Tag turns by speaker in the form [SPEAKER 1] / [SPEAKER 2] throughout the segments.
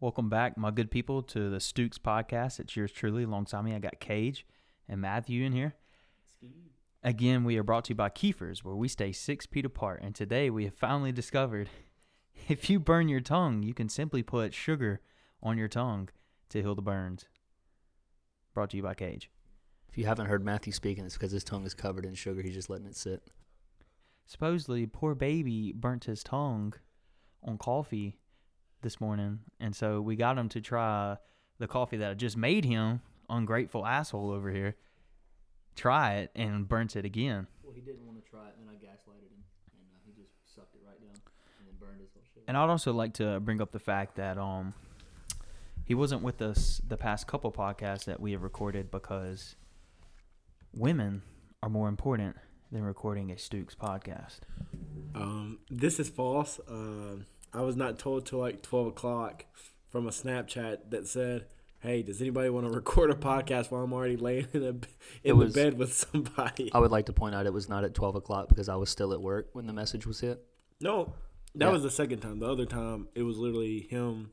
[SPEAKER 1] Welcome back, my good people, to the Stooks podcast. It's yours truly. Alongside me, I got Cage and Matthew in here. Again, we are brought to you by Kiefer's, where we stay six feet apart. And today we have finally discovered if you burn your tongue, you can simply put sugar on your tongue to heal the burns. Brought to you by Cage.
[SPEAKER 2] If you haven't heard Matthew speaking, it's because his tongue is covered in sugar. He's just letting it sit.
[SPEAKER 1] Supposedly, poor baby burnt his tongue on coffee this morning. And so we got him to try the coffee that I just made him, ungrateful asshole over here, try it and burnt it again.
[SPEAKER 2] Well, he didn't want to try it, and I gaslighted him, and uh, he just sucked it right down and then burned his whole sugar.
[SPEAKER 1] And I'd also like to bring up the fact that um he wasn't with us the past couple podcasts that we have recorded because women are more important than recording a Stooks podcast.
[SPEAKER 3] Um, this is false. Uh, I was not told till like twelve o'clock from a Snapchat that said, "Hey, does anybody want to record a podcast while I'm already laying in, a, in
[SPEAKER 2] It
[SPEAKER 3] the
[SPEAKER 2] was-
[SPEAKER 3] bed with somebody?"
[SPEAKER 2] I would like to point out it was not at 12 o'clock because I was still at work when the message was hit.
[SPEAKER 3] no, that
[SPEAKER 2] Yeah.
[SPEAKER 3] was the second time. The other time, it was literally him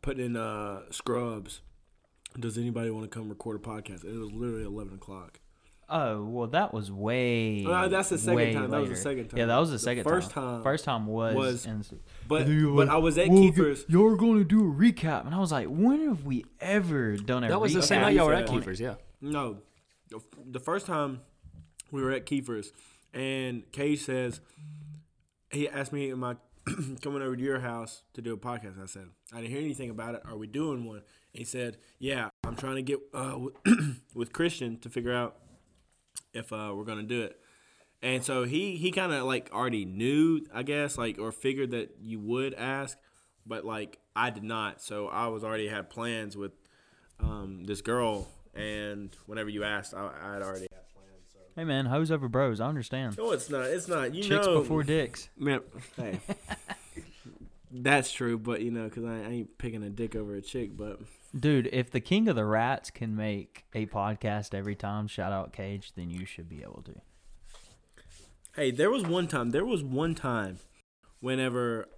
[SPEAKER 3] putting in uh, scrubs. Does anybody want to come record a podcast? And it was literally eleven o'clock.
[SPEAKER 1] Oh well, that was way.
[SPEAKER 3] Uh, that's the second
[SPEAKER 1] way
[SPEAKER 3] time. That was the
[SPEAKER 1] later.
[SPEAKER 3] second time.
[SPEAKER 1] Yeah, that was the
[SPEAKER 3] The
[SPEAKER 1] second
[SPEAKER 3] first
[SPEAKER 1] time.
[SPEAKER 3] time
[SPEAKER 1] First time was.
[SPEAKER 3] was-
[SPEAKER 1] in,
[SPEAKER 3] But
[SPEAKER 1] They were
[SPEAKER 3] but I was at
[SPEAKER 1] "Well,
[SPEAKER 3] Keepers.
[SPEAKER 1] You're going to do a recap, and I was like, when have we ever done a?
[SPEAKER 2] That was the same
[SPEAKER 1] recap?
[SPEAKER 2] night y'all were at
[SPEAKER 3] Yeah.
[SPEAKER 2] Kiefer's, yeah.
[SPEAKER 3] No, The f- the first time we were at Kiefer's, and Cage says he asked me, "Am I coming over to your house to do a podcast?" I said, "I didn't hear anything about it. Are we doing one?" And he said, "Yeah, I'm trying to get uh, with- with Christian to figure out if uh, we're gonna do it." And so he he kind of like already knew, I guess, like or figured that you would ask, but like I did not. So I was already had plans with um, this girl, and whenever you asked, I, I had already. Had plans, so.
[SPEAKER 1] Hey man, hoes over bros. I understand.
[SPEAKER 3] No, it's not. It's not. You
[SPEAKER 1] Chicks
[SPEAKER 3] know,
[SPEAKER 1] before dicks.
[SPEAKER 3] Man, hey, that's true. But you know, because I, I ain't picking a dick over a chick. But
[SPEAKER 1] Dude, if the King of the Rats can make a podcast every time, shout out Cage, then you should be able to.
[SPEAKER 3] hey, there was one time. There was one time, whenever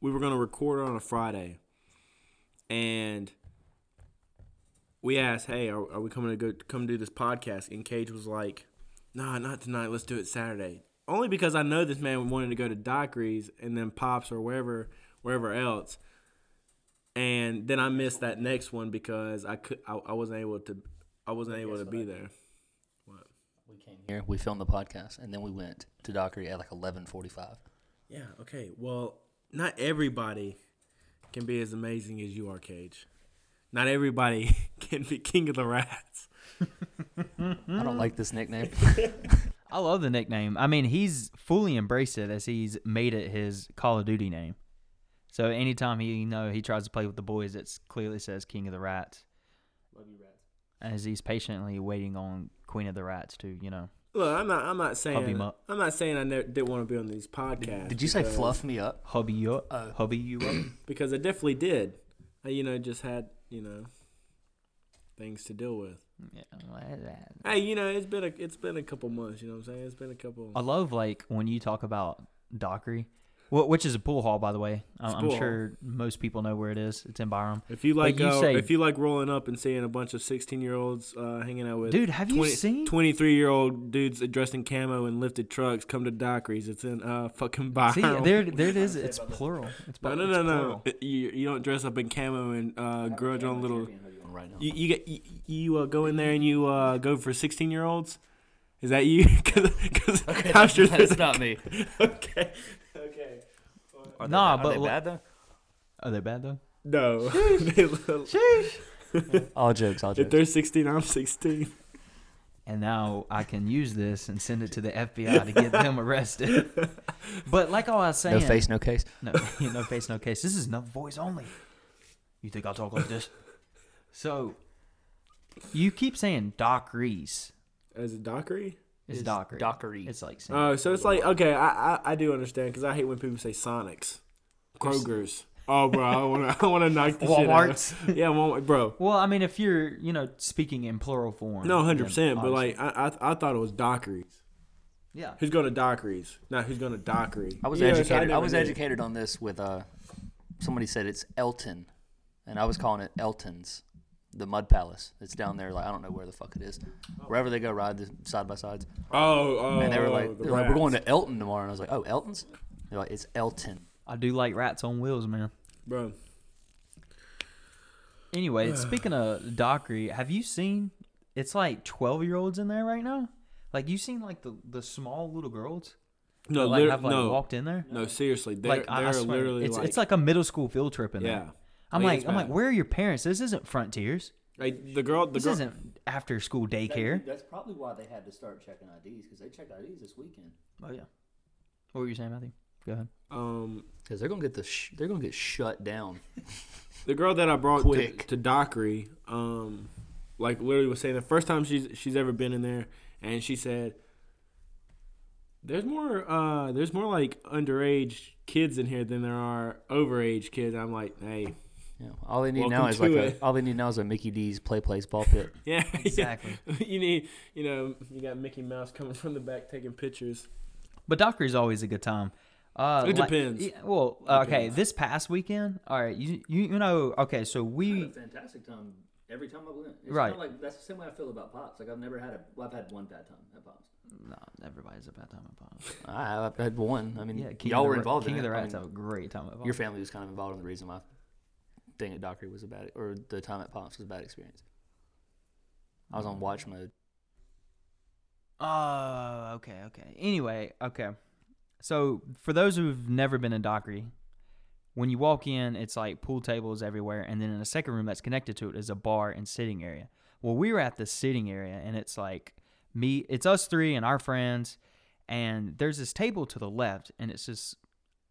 [SPEAKER 3] we were gonna record on a Friday, and we asked, "Hey, are, are we coming to go come do this podcast?" And Cage was like, "Nah, not tonight. Let's do it Saturday." Only because I know this man wanted to go to Dockery's and then Pops or wherever wherever else. And then I missed that next one because I could I, I wasn't able to I wasn't able to be there.
[SPEAKER 2] We came here, we filmed the podcast, and then we went to Dockery at like 11.45.
[SPEAKER 3] Yeah, okay. Well, not everybody can be as amazing as you are, Cage. Not everybody can be king of the rats.
[SPEAKER 2] I don't like this nickname.
[SPEAKER 1] I love the nickname. I mean, he's fully embraced it as he's made it his Call of Duty name. So anytime he you know he tries to play with the boys, it clearly says King of the Rats,
[SPEAKER 2] Love you, rats.
[SPEAKER 1] as he's patiently waiting on Queen of the Rats to you know.
[SPEAKER 3] Look, I'm not. I'm not
[SPEAKER 1] Hub
[SPEAKER 3] saying.
[SPEAKER 1] him
[SPEAKER 3] I'm
[SPEAKER 1] up.
[SPEAKER 3] not saying I never did want to be on these podcasts.
[SPEAKER 2] Did you say
[SPEAKER 3] because-
[SPEAKER 2] fluff me up?
[SPEAKER 1] Hubby you up,
[SPEAKER 2] Oh.
[SPEAKER 1] hubby you up.
[SPEAKER 3] Because I definitely did. I, you know, just had you know things to deal with.
[SPEAKER 1] Yeah, well, that-
[SPEAKER 3] Hey, you know, it's been a it's been a couple months. You know what I'm saying? It's been a couple.
[SPEAKER 1] I love like when you talk about Dockery, wh- which is a pool hall, by the way.
[SPEAKER 3] It's a
[SPEAKER 1] I'm, I'm
[SPEAKER 3] pool
[SPEAKER 1] sure most people know where it is. It's in Byram.
[SPEAKER 3] If you like,
[SPEAKER 1] you
[SPEAKER 3] uh,
[SPEAKER 1] say-
[SPEAKER 3] if you like rolling up and seeing a bunch of 16 year olds uh, hanging out with
[SPEAKER 1] Dude, have you seen-
[SPEAKER 3] 23 year old dudes dressed in camo and lifted trucks come to Dockery's? It's in uh, fucking Byron.
[SPEAKER 1] See, there, there it is. It's plural. It's
[SPEAKER 3] no,
[SPEAKER 1] bu-
[SPEAKER 3] no,
[SPEAKER 1] it's
[SPEAKER 3] no,
[SPEAKER 1] plural.
[SPEAKER 3] no. You, you don't dress up in camo and uh, grudge on little.
[SPEAKER 2] Right now.
[SPEAKER 3] You you, get, you, you uh, go in there and you uh, go for 16 year olds. Is that you? Because I'm sure there's
[SPEAKER 2] That's not me.
[SPEAKER 3] okay. Okay.
[SPEAKER 2] Are they
[SPEAKER 1] Nah,
[SPEAKER 2] bad-
[SPEAKER 1] but
[SPEAKER 2] are they
[SPEAKER 1] li-
[SPEAKER 2] bad, though?
[SPEAKER 1] Are they bad though?
[SPEAKER 3] No. They look-
[SPEAKER 2] All jokes, all
[SPEAKER 3] if
[SPEAKER 2] jokes.
[SPEAKER 3] they're 16, I'm 16.
[SPEAKER 1] and now I can use this and send it to the FBI to get them arrested. But like all I was saying,
[SPEAKER 2] No face, no case.
[SPEAKER 1] no, no face, no case. This is no voice only. You think I'll talk like this? So you keep saying Doc Reese
[SPEAKER 3] As a Dockery?
[SPEAKER 1] is
[SPEAKER 2] It's
[SPEAKER 1] Dockery.
[SPEAKER 2] Dockery.
[SPEAKER 1] It's like saying,
[SPEAKER 3] Oh, so it's like okay, I I, I do understand because I hate when people say Sonics, Kroger's. Oh, bro, I want to I want to knock the
[SPEAKER 1] Walmart's.
[SPEAKER 3] shit out. of- Yeah, Walmart, bro.
[SPEAKER 1] well, I mean, if you're you know speaking in plural form,
[SPEAKER 3] No,
[SPEAKER 1] then
[SPEAKER 3] hundred percent. But
[SPEAKER 1] obviously-
[SPEAKER 3] like, I, I I thought it was Dockery's.
[SPEAKER 1] yeah,
[SPEAKER 3] Who's going to Dockery's? Not who's going to Dockery.
[SPEAKER 2] I was
[SPEAKER 3] You know, so
[SPEAKER 2] educated. I,
[SPEAKER 3] never
[SPEAKER 2] was
[SPEAKER 3] knew.
[SPEAKER 2] educated on this with uh, somebody said it's Elton, and I was calling it Elton's, the Mud Palace. It's down there, like I don't know where the fuck it is. Wherever they go ride the side by sides,
[SPEAKER 3] Oh, oh.
[SPEAKER 2] and they were like,
[SPEAKER 3] the
[SPEAKER 2] they're like, "We're going
[SPEAKER 3] rats.
[SPEAKER 2] to Elton tomorrow," and I was like, "Oh, Elton's?" They're like, "It's Elton."
[SPEAKER 1] I do like rats on wheels, man.
[SPEAKER 3] Bro,
[SPEAKER 1] Anyway, speaking of Dockery, have you seen? It's like twelve year olds in there right now. Like you seen like the the small little girls
[SPEAKER 3] no,
[SPEAKER 1] that, like
[SPEAKER 3] liter-
[SPEAKER 1] have like
[SPEAKER 3] no,
[SPEAKER 1] walked in there.
[SPEAKER 3] no, seriously, they're,
[SPEAKER 1] like I, I
[SPEAKER 3] they're
[SPEAKER 1] swear,
[SPEAKER 3] literally
[SPEAKER 1] it's
[SPEAKER 3] like,
[SPEAKER 1] it's like a middle school field trip in
[SPEAKER 3] yeah.
[SPEAKER 1] there. I'm
[SPEAKER 3] Like,
[SPEAKER 1] like,
[SPEAKER 3] it's
[SPEAKER 1] I'm like,
[SPEAKER 3] bad.
[SPEAKER 1] where are your parents? This isn't Frontiers.
[SPEAKER 3] Like the girl, the
[SPEAKER 1] This
[SPEAKER 3] girl,
[SPEAKER 1] isn't after school daycare.
[SPEAKER 2] That's probably why they had to start checking IDs because they checked IDs this weekend.
[SPEAKER 1] Oh yeah. What were you saying, Matthew? Go ahead.
[SPEAKER 3] um,
[SPEAKER 2] Because they're gonna get the sh- they're gonna get shut down.
[SPEAKER 3] the girl that I brought to,
[SPEAKER 2] Quick.
[SPEAKER 3] to Dockery, um, like literally was saying the first time she's she's ever been in there, and she said, "There's more, uh, there's more like underage kids in here than there are overage kids." I'm like, "Hey,
[SPEAKER 2] Yeah, all they need now
[SPEAKER 3] Welcome
[SPEAKER 2] is like
[SPEAKER 3] to
[SPEAKER 2] a,
[SPEAKER 3] it.
[SPEAKER 2] all they need now is a Mickey D's play place ball pit.
[SPEAKER 3] yeah, yeah.
[SPEAKER 1] Exactly.
[SPEAKER 3] you need, you know, you got Mickey Mouse coming from the back taking pictures."
[SPEAKER 1] But Dockery's always a good time. Uh,
[SPEAKER 3] It
[SPEAKER 1] like-
[SPEAKER 3] depends.
[SPEAKER 1] yeah, well, uh, okay, this past weekend, all right, you, you you know, okay, so we
[SPEAKER 2] fantastic time every time I went. It's
[SPEAKER 1] Right.
[SPEAKER 2] kinda Like that's the same way I feel about pops. Like I've never had a well, I've had one bad time at pops.
[SPEAKER 1] no, everybody's a bad time at Pops.
[SPEAKER 2] I have I've had one. I mean,
[SPEAKER 1] Yeah, King
[SPEAKER 2] y'all
[SPEAKER 1] of the
[SPEAKER 2] were
[SPEAKER 1] Ra-
[SPEAKER 2] involved
[SPEAKER 1] King
[SPEAKER 2] in
[SPEAKER 1] of
[SPEAKER 2] it.
[SPEAKER 1] the
[SPEAKER 2] I
[SPEAKER 1] Rats
[SPEAKER 2] mean,
[SPEAKER 1] have a great time at Pops.
[SPEAKER 2] your family was kind of involved in the reason my thing at Dockery was a bad or the time at pops was a bad experience. I
[SPEAKER 1] Mm.
[SPEAKER 2] was on watch mode.
[SPEAKER 1] Oh, okay, okay. Anyway, okay. So for those who've never been in Dockery, when you walk in, it's like pool tables everywhere, and then in the second room that's connected to it is a bar and sitting area. Well, we were at the sitting area, and it's like me, it's us three and our friends, and there's this table to the left, and it's just,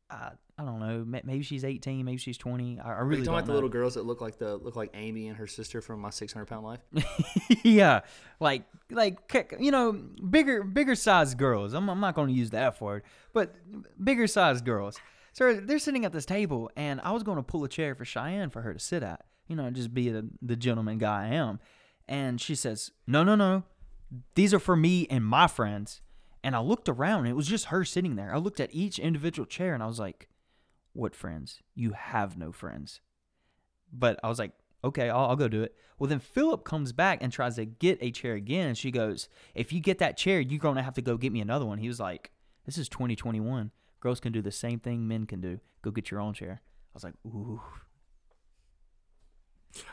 [SPEAKER 1] I, I don't know, ma- maybe she's 18, maybe she's 20. I, I
[SPEAKER 2] Are
[SPEAKER 1] really
[SPEAKER 2] you
[SPEAKER 1] don't
[SPEAKER 2] talking about
[SPEAKER 1] know.
[SPEAKER 2] the little girls that look like the look like Amy and her sister from my 600 pound life?
[SPEAKER 1] yeah, like like kick- you know bigger bigger size girls. I'm I'm not going to use that word, but bigger size girls. So they're sitting at this table, and I was going to pull a chair for Cheyenne for her to sit at, you know, and just be the the gentleman guy I am. And she says, "No, no, no, these are for me and my friends." And I looked around, and it was just her sitting there. I looked at each individual chair, and I was like, "What friends? You have no friends." But I was like, okay, I'll, I'll go do it. Well, then Philip comes back and tries to get a chair again. And she goes, if you get that chair, you're going to have to go get me another one. He was like, this is 2021. Girls can do the same thing men can do. Go get your own chair. I was like, ooh.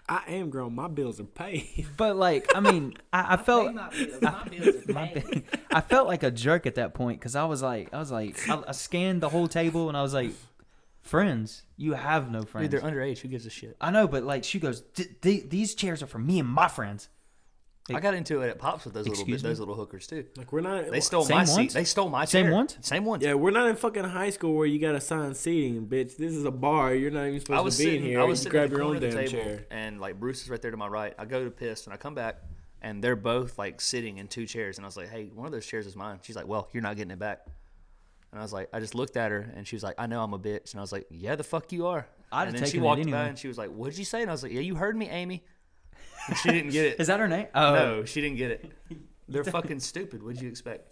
[SPEAKER 3] I am grown. My bills are paid.
[SPEAKER 1] But like, I mean, I, I felt.
[SPEAKER 2] I
[SPEAKER 1] my bad. I felt like a jerk at that point because I was like, I was like, I, I scanned the whole table and I was like, friends, you have no friends.
[SPEAKER 2] Dude, they're underage. Who gives a shit?
[SPEAKER 1] I know, but like, she goes, "Th- th- these chairs are for me and my friends.
[SPEAKER 2] I got into it at Pops with those little
[SPEAKER 1] Excuse
[SPEAKER 2] bit,
[SPEAKER 1] me?
[SPEAKER 2] those little hookers too.
[SPEAKER 3] Like we're not.
[SPEAKER 2] They stole
[SPEAKER 1] Same
[SPEAKER 2] my
[SPEAKER 1] ones?
[SPEAKER 2] seat. They stole my
[SPEAKER 1] Same
[SPEAKER 2] chair.
[SPEAKER 1] ones?
[SPEAKER 2] Same ones.
[SPEAKER 3] Yeah, we're not in fucking high school where you got assigned seating, bitch. This is a bar. You're not even supposed
[SPEAKER 2] I was
[SPEAKER 3] to be
[SPEAKER 2] sitting.
[SPEAKER 3] in here.
[SPEAKER 2] I was
[SPEAKER 3] you
[SPEAKER 2] sitting
[SPEAKER 3] grab
[SPEAKER 2] at the
[SPEAKER 3] your
[SPEAKER 2] corner
[SPEAKER 3] own
[SPEAKER 2] of the
[SPEAKER 3] damn
[SPEAKER 2] table,
[SPEAKER 3] chair.
[SPEAKER 2] and like Bruce is right there to my right. I go to piss, and I come back, and they're both like sitting in two chairs. And I was like, "Hey, one of those chairs is mine." She's like, "Well, you're not getting it back." And I was like, I just looked at her, and she was like, "I know I'm a bitch." And I was like, "Yeah, the fuck you are."
[SPEAKER 1] I'd have
[SPEAKER 2] and then she
[SPEAKER 1] taken it
[SPEAKER 2] walked
[SPEAKER 1] anyway.
[SPEAKER 2] by, and she was like, "What'd you say?" And I was like, "Yeah, you heard me, Amy." And she didn't get it.
[SPEAKER 1] Is that her name? Oh,
[SPEAKER 2] no, she didn't get it. They're fucking stupid. What'd you expect?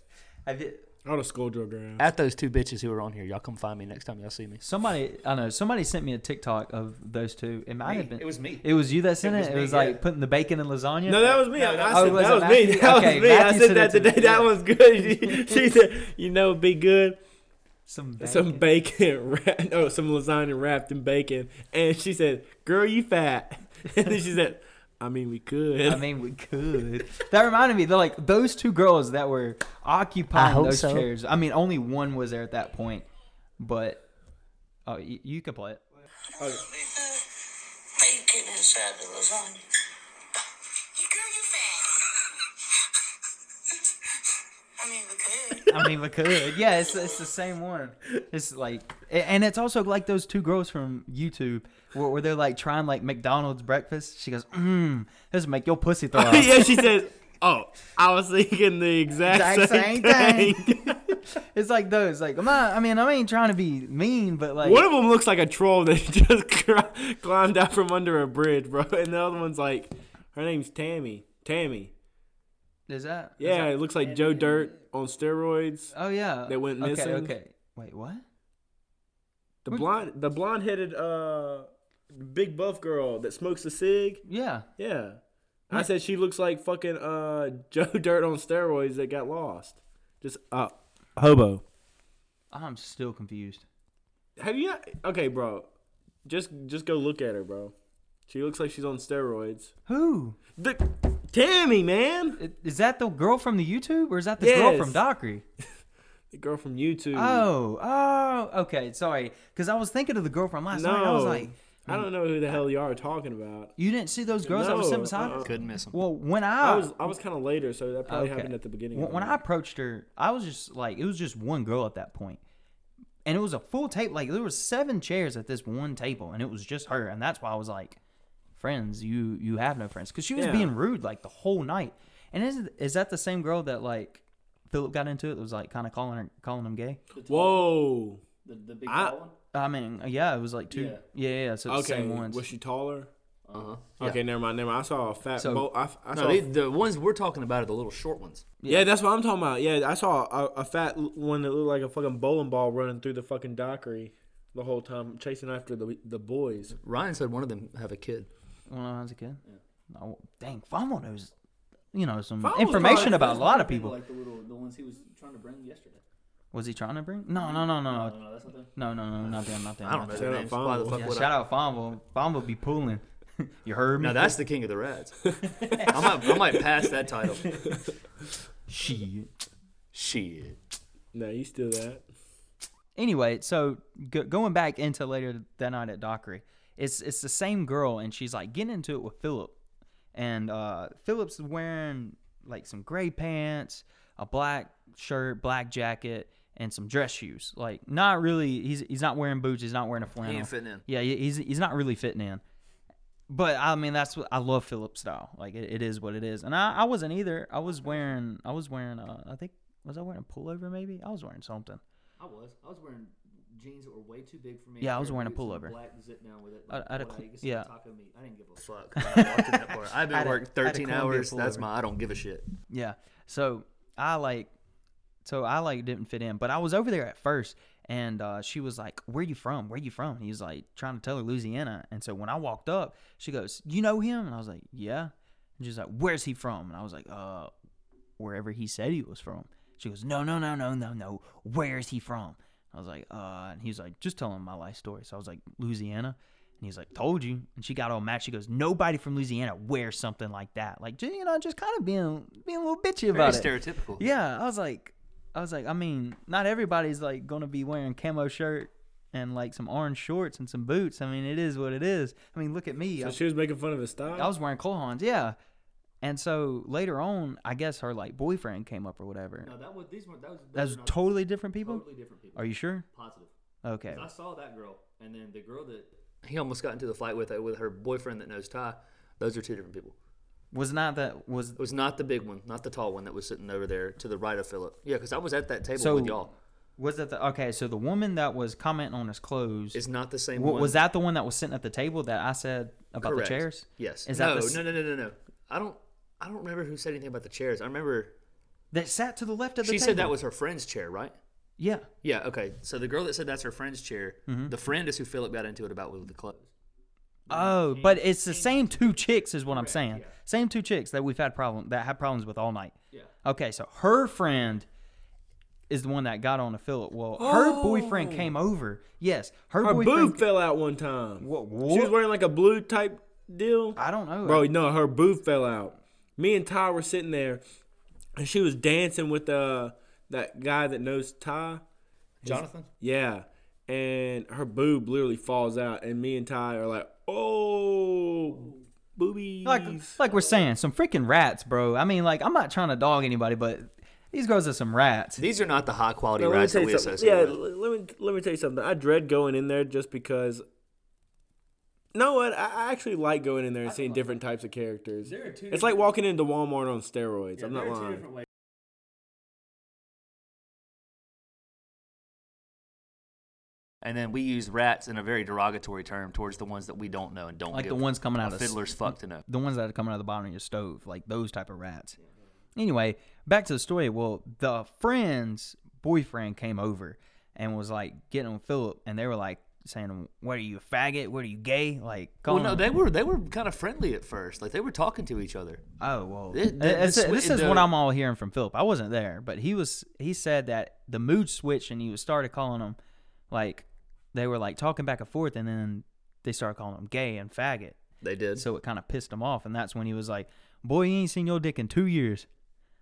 [SPEAKER 1] Have you-
[SPEAKER 3] I would have schooljoked her ass.
[SPEAKER 2] At those two bitches who are on here, y'all come find me next time y'all see me.
[SPEAKER 1] Somebody, I know, somebody sent me a TikTok of those two. It might
[SPEAKER 2] Me.
[SPEAKER 1] have been.
[SPEAKER 2] It was me.
[SPEAKER 1] It was you that sent it.
[SPEAKER 2] It was
[SPEAKER 1] It
[SPEAKER 2] me,
[SPEAKER 1] was like
[SPEAKER 2] yeah.
[SPEAKER 1] putting the bacon in lasagna.
[SPEAKER 3] No, that was me. I, I
[SPEAKER 1] Oh,
[SPEAKER 3] said,
[SPEAKER 1] was
[SPEAKER 3] that
[SPEAKER 1] it
[SPEAKER 3] was me.
[SPEAKER 1] Matthew?
[SPEAKER 3] That
[SPEAKER 1] Okay,
[SPEAKER 3] was me.
[SPEAKER 1] Matthew
[SPEAKER 3] I
[SPEAKER 1] said
[SPEAKER 3] said that
[SPEAKER 1] it to
[SPEAKER 3] today.
[SPEAKER 1] me.
[SPEAKER 3] That was good. She, she said, "You know, it'd be good
[SPEAKER 1] some bacon.
[SPEAKER 3] some bacon wrapped, no, some lasagna wrapped in bacon." And she said, "Girl, you fat." And then she said, "I mean, we could."
[SPEAKER 1] I mean, we could. that reminded me. They're like those two girls that were
[SPEAKER 2] I
[SPEAKER 1] occupying
[SPEAKER 2] hope
[SPEAKER 1] those
[SPEAKER 2] so.
[SPEAKER 1] chairs. I mean, only one was there at that point, but oh, you, you can play it.
[SPEAKER 4] bacon inside the lasagna. You girl, you fat. I mean, we could.
[SPEAKER 1] I mean, we could. Yeah, it's, it's the same one. It's like, a- and it's also like those two girls from YouTube where, where they're like trying like McDonald's breakfast. She goes, mmm, this will make your pussy throw up.
[SPEAKER 3] yeah, she said, "Oh, I was thinking the exact,
[SPEAKER 1] Exact
[SPEAKER 3] same,
[SPEAKER 1] same
[SPEAKER 3] thing."
[SPEAKER 1] It's like those. Like, I'm not, I mean, I ain't trying to be mean, but like,
[SPEAKER 3] One of them looks like a troll that just cr- climbed out from under a bridge, bro. And the other one's like, her name's Tammy. Tammy.
[SPEAKER 1] is that? is
[SPEAKER 3] Yeah,
[SPEAKER 1] that-
[SPEAKER 3] it looks like Joe Dirt on steroids.
[SPEAKER 1] oh, yeah.
[SPEAKER 3] that went missing.
[SPEAKER 1] Okay, okay. Wait, what?
[SPEAKER 3] The blonde, the blonde-headed, uh, big buff girl that smokes a cig.
[SPEAKER 1] Yeah.
[SPEAKER 3] Yeah. I said she looks like fucking uh Joe Dirt on steroids that got lost. Just uh hobo.
[SPEAKER 1] I'm still confused.
[SPEAKER 3] Have you not okay, bro. Just just go look at her, bro. She looks like she's on steroids.
[SPEAKER 1] Who?
[SPEAKER 3] The Tammy, man.
[SPEAKER 1] I- Is that the girl from the YouTube or is that the girl from
[SPEAKER 3] Yes.
[SPEAKER 1] Dockery?
[SPEAKER 3] The girl from YouTube.
[SPEAKER 1] Oh, oh, okay. Sorry. Because I was thinking of the girl from last
[SPEAKER 3] no.
[SPEAKER 1] night. I was like,
[SPEAKER 3] I don't know who the hell you are talking about.
[SPEAKER 1] you didn't see those girls that were sitting
[SPEAKER 3] No,
[SPEAKER 1] beside her?
[SPEAKER 3] uh-uh.
[SPEAKER 2] Couldn't miss them.
[SPEAKER 1] Well, when I,
[SPEAKER 3] I was I was kind of later, so that probably
[SPEAKER 1] Oh. Okay.
[SPEAKER 3] happened at the beginning.
[SPEAKER 1] When,
[SPEAKER 3] of
[SPEAKER 1] when
[SPEAKER 3] it.
[SPEAKER 1] I approached her, I was just like, it was just one girl at that point, and it was a full table. Like there were seven chairs at this one table, and it was just her. And that's why I was like, friends, you you have no friends, because she was
[SPEAKER 3] Yeah.
[SPEAKER 1] being rude like the whole night. And is is that the same girl that like Philip got into it? That was like kind of calling her calling him gay.
[SPEAKER 3] Whoa.
[SPEAKER 5] The, the big
[SPEAKER 3] I-
[SPEAKER 5] tall one?
[SPEAKER 1] I mean, yeah, it was like two. Yeah,
[SPEAKER 5] Yeah.
[SPEAKER 1] yeah. so it's the
[SPEAKER 3] Okay.
[SPEAKER 1] same ones.
[SPEAKER 3] Was she taller?
[SPEAKER 5] Uh-huh.
[SPEAKER 3] Okay, never mind, never mind. I saw a fat.
[SPEAKER 1] So-
[SPEAKER 3] bo- I, f- I saw
[SPEAKER 2] No,
[SPEAKER 3] a
[SPEAKER 2] they, the ones we're talking about are the little short ones.
[SPEAKER 3] Yeah. that's what I'm talking about. Yeah, I saw a, a fat l- one that looked like a fucking bowling ball running through the fucking dockery the whole time, chasing after the the boys.
[SPEAKER 2] Ryan said one of them have a kid.
[SPEAKER 1] when I was a kid. Oh, dang, Famo knows, you know, some
[SPEAKER 3] Famo was
[SPEAKER 1] information
[SPEAKER 3] probably-
[SPEAKER 1] about a lot of people.
[SPEAKER 5] Like the little, the ones he was trying to bring yesterday.
[SPEAKER 1] Was he trying to bring? No, no, no, no,
[SPEAKER 5] I
[SPEAKER 1] no,
[SPEAKER 5] don't know. That's not them.
[SPEAKER 1] No, no, no, not them, not them.
[SPEAKER 2] I don't
[SPEAKER 1] not
[SPEAKER 2] know
[SPEAKER 1] them.
[SPEAKER 2] their
[SPEAKER 3] out
[SPEAKER 2] names.
[SPEAKER 3] Fumble.
[SPEAKER 2] Why the fuck
[SPEAKER 1] Yeah,
[SPEAKER 2] would
[SPEAKER 1] shout
[SPEAKER 2] I?
[SPEAKER 1] out Fumble. Fumble be pulling. you heard me?
[SPEAKER 2] Now that's the king of the rats. I might, I might pass that title.
[SPEAKER 1] she.
[SPEAKER 2] Shit.
[SPEAKER 3] No, you still that?
[SPEAKER 1] Anyway, so go, going back into later that night at Dockery, it's it's the same girl, and she's like getting into it with Philip, and uh, Philip's wearing like some gray pants, a black shirt, black jacket, and some dress shoes. Like not really, he's he's not wearing boots, he's not wearing a flannel.
[SPEAKER 2] ain't fitting in.
[SPEAKER 1] Yeah, he- he's he's not really fitting in. But I mean, that's what I love Philip style. Like it, it is what it is, and I, I wasn't either. I was wearing I was wearing uh, I think was I wearing a pullover maybe? I was wearing something.
[SPEAKER 5] I was. I was wearing jeans that were way too big for me.
[SPEAKER 1] Yeah, I
[SPEAKER 5] pair
[SPEAKER 1] was
[SPEAKER 5] of
[SPEAKER 1] wearing a
[SPEAKER 5] boots and
[SPEAKER 1] pullover.
[SPEAKER 5] Black zip down with it.
[SPEAKER 1] I- I had a
[SPEAKER 5] what
[SPEAKER 1] cl-
[SPEAKER 5] used to say,
[SPEAKER 1] yeah.
[SPEAKER 5] Taco meat. I didn't give a fuck.
[SPEAKER 2] Fuck. I walked in that bar. I've
[SPEAKER 1] I'd
[SPEAKER 2] been
[SPEAKER 1] a-
[SPEAKER 2] worked
[SPEAKER 1] I'd a
[SPEAKER 2] 13
[SPEAKER 1] Columbia
[SPEAKER 2] hours. That's
[SPEAKER 1] pullover.
[SPEAKER 2] my. I don't give a shit.
[SPEAKER 1] Yeah. So I like, so I like didn't fit in, but I was over there at first, and uh, she was like, "Where you from? Where you from?" And he was like trying to tell her Louisiana, and so when I walked up, she goes, "You know him?" And I was like, "Yeah." And she's like, "Where's he from?" And I was like, "Uh, wherever he said he was from." She goes, "No, no, no, no, no, no. Where is he from?" I was like, "Uh," and he was like, "Just tell him my life story." So I was like, "Louisiana." And he's like, told you. And she got all mad. She goes, nobody from Louisiana wears something like that. Like, ju- you know, just kind of being being a little bitchy
[SPEAKER 2] Very
[SPEAKER 1] about it.
[SPEAKER 2] stereotypical.
[SPEAKER 1] Yeah, I was like, I was like, I mean, not everybody's like gonna be wearing camo shirt and like some orange shorts and some boots. I mean, it is what it is. I mean, look at me.
[SPEAKER 3] So
[SPEAKER 1] I,
[SPEAKER 3] she was making fun of his style.
[SPEAKER 1] I was wearing Colhans, yeah. And so later on, I guess her like boyfriend came up or whatever.
[SPEAKER 5] No, that was these were that was those
[SPEAKER 1] That's
[SPEAKER 5] were not-
[SPEAKER 1] totally different people.
[SPEAKER 5] totally different people.
[SPEAKER 1] Are you sure?
[SPEAKER 5] positive?
[SPEAKER 1] Okay.
[SPEAKER 5] 'Cause I saw that girl, and then the girl that
[SPEAKER 2] He almost got into the fight with with her boyfriend that knows Ty. Those are two different people.
[SPEAKER 1] Was not that was
[SPEAKER 2] It was not the big one, not the tall one that was sitting over there to the right of Philip. Yeah, because I was at that table
[SPEAKER 1] So-
[SPEAKER 2] with y'all.
[SPEAKER 1] was that the okay? So the woman that was commenting on his clothes.
[SPEAKER 2] It's not the same
[SPEAKER 1] wa-
[SPEAKER 2] one.
[SPEAKER 1] was that the one that was sitting at the table that I said about
[SPEAKER 2] Correct.
[SPEAKER 1] the chairs?
[SPEAKER 2] Yes.
[SPEAKER 1] Is
[SPEAKER 2] no,
[SPEAKER 1] that the s-
[SPEAKER 2] no, no, no, no, no. I don't. I don't remember who said anything about the chairs. I remember
[SPEAKER 1] that sat to the left of the
[SPEAKER 2] she
[SPEAKER 1] table?
[SPEAKER 2] said that was her friend's chair, right?
[SPEAKER 1] yeah.
[SPEAKER 2] Yeah. Okay. So the girl that said that's her friend's chair,
[SPEAKER 1] Mm-hmm.
[SPEAKER 2] the friend is who Philip got into it about with the clothes.
[SPEAKER 1] Oh, but it's the same two chicks, is what I'm saying. Same two chicks that we've had problem that had problems with all night.
[SPEAKER 5] Yeah.
[SPEAKER 1] Okay, so her friend is the one that got on to Philip. Well, her boyfriend came over. Yes, her,
[SPEAKER 3] her
[SPEAKER 1] boyfriend.
[SPEAKER 3] boob fell out one time.
[SPEAKER 1] Wha-
[SPEAKER 3] She was
[SPEAKER 1] what?
[SPEAKER 3] wearing like a blue type deal.
[SPEAKER 1] I don't know.
[SPEAKER 3] Bro, no, her boob fell out. Me and Ty were sitting there, and she was dancing with uh, that guy that knows Ty.
[SPEAKER 2] Jonathan.
[SPEAKER 3] Yeah. And her boob literally falls out, and me and Ty are like, oh, boobies.
[SPEAKER 1] like like we're saying, some freaking rats, bro. I mean, like I'm not trying to dog anybody, but these girls are some rats.
[SPEAKER 2] These are not the high quality
[SPEAKER 3] Now, let me
[SPEAKER 2] rides
[SPEAKER 3] tell
[SPEAKER 2] that
[SPEAKER 3] you
[SPEAKER 2] we
[SPEAKER 3] something.
[SPEAKER 2] associate
[SPEAKER 3] yeah,
[SPEAKER 2] with.
[SPEAKER 3] l- let me let me tell you something. I dread going in there just because. You know what? I I actually like going in there and seeing different types of characters.
[SPEAKER 5] There are two
[SPEAKER 3] It's like walking into Walmart on steroids. I'm
[SPEAKER 5] there
[SPEAKER 3] not
[SPEAKER 5] are two
[SPEAKER 3] lying.
[SPEAKER 5] different ways.
[SPEAKER 2] And then we use rats in a very derogatory term towards the ones that we don't know and don't
[SPEAKER 1] Like
[SPEAKER 2] give
[SPEAKER 1] the ones coming out
[SPEAKER 2] a
[SPEAKER 1] of
[SPEAKER 2] fiddler's fuck to know.
[SPEAKER 1] the ones that are coming out of the bottom of your stove, like those type of rats. Anyway, back to the story. Well, the friend's boyfriend came over and was like getting on Philip, and they were like saying, "What are you a faggot? What are you gay?" Like,
[SPEAKER 2] Well,
[SPEAKER 1] calling
[SPEAKER 2] no,
[SPEAKER 1] them-
[SPEAKER 2] they were they were kind of friendly at first. Like they were talking to each other.
[SPEAKER 1] Oh well,
[SPEAKER 2] Th- th-
[SPEAKER 1] this,
[SPEAKER 2] this-
[SPEAKER 1] this is
[SPEAKER 2] the-
[SPEAKER 1] what I'm all hearing from Philip. I wasn't there, but he was. He said that the mood switched, and he was started calling them, like they were like talking back and forth, and then they started calling him gay and faggot.
[SPEAKER 2] They did.
[SPEAKER 1] So it kind of pissed him off, and that's when he was like, "Boy, you ain't seen your dick in two years."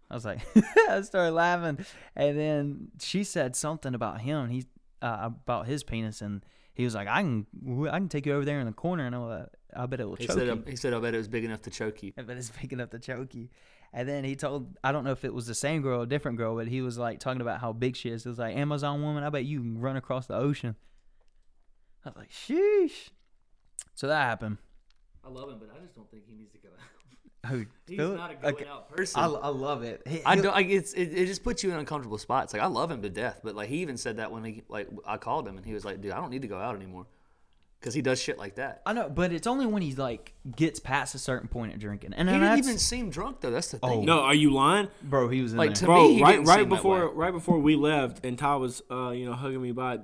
[SPEAKER 1] I was like, I started laughing, and then she said something about him. He uh, about his penis, and he was like, "I can, I can take you over there in the corner, and I'll, uh, I bet it will
[SPEAKER 2] he
[SPEAKER 1] choke
[SPEAKER 2] said
[SPEAKER 1] you."
[SPEAKER 2] I, he said I bet it was big enough to choke you.
[SPEAKER 1] but it's picking up the chokey. And then he told, I don't know if it was the same girl or a different girl, but he was like talking about how big she is. It was like, Amazon woman, I bet you can run across the ocean. I was like, sheesh. So that happened.
[SPEAKER 5] I love him, but I just don't think he needs to go out.
[SPEAKER 1] Oh,
[SPEAKER 5] He's
[SPEAKER 1] Philip-
[SPEAKER 5] not a going
[SPEAKER 1] okay.
[SPEAKER 5] out person.
[SPEAKER 1] I, I love it. He-
[SPEAKER 2] I
[SPEAKER 1] he'll-
[SPEAKER 2] don't. I, it's it, it just puts you in uncomfortable spots. Like I love him to death, but like he even said that when he like I called him and he was like, "Dude, I don't need to go out anymore," because he does shit like that.
[SPEAKER 1] I know, but it's only when he like gets past a certain point of drinking. And
[SPEAKER 2] He
[SPEAKER 1] then
[SPEAKER 2] didn't
[SPEAKER 1] that's,
[SPEAKER 2] even seem drunk though. That's the thing.
[SPEAKER 3] No, are you lying?
[SPEAKER 1] bro, he was in
[SPEAKER 2] Like,
[SPEAKER 1] there.
[SPEAKER 2] to me,
[SPEAKER 3] Bro,
[SPEAKER 2] he
[SPEAKER 3] right
[SPEAKER 2] didn't
[SPEAKER 3] right
[SPEAKER 2] seem that
[SPEAKER 3] before
[SPEAKER 2] way.
[SPEAKER 3] right before we left and Ty was uh, you know, hugging me by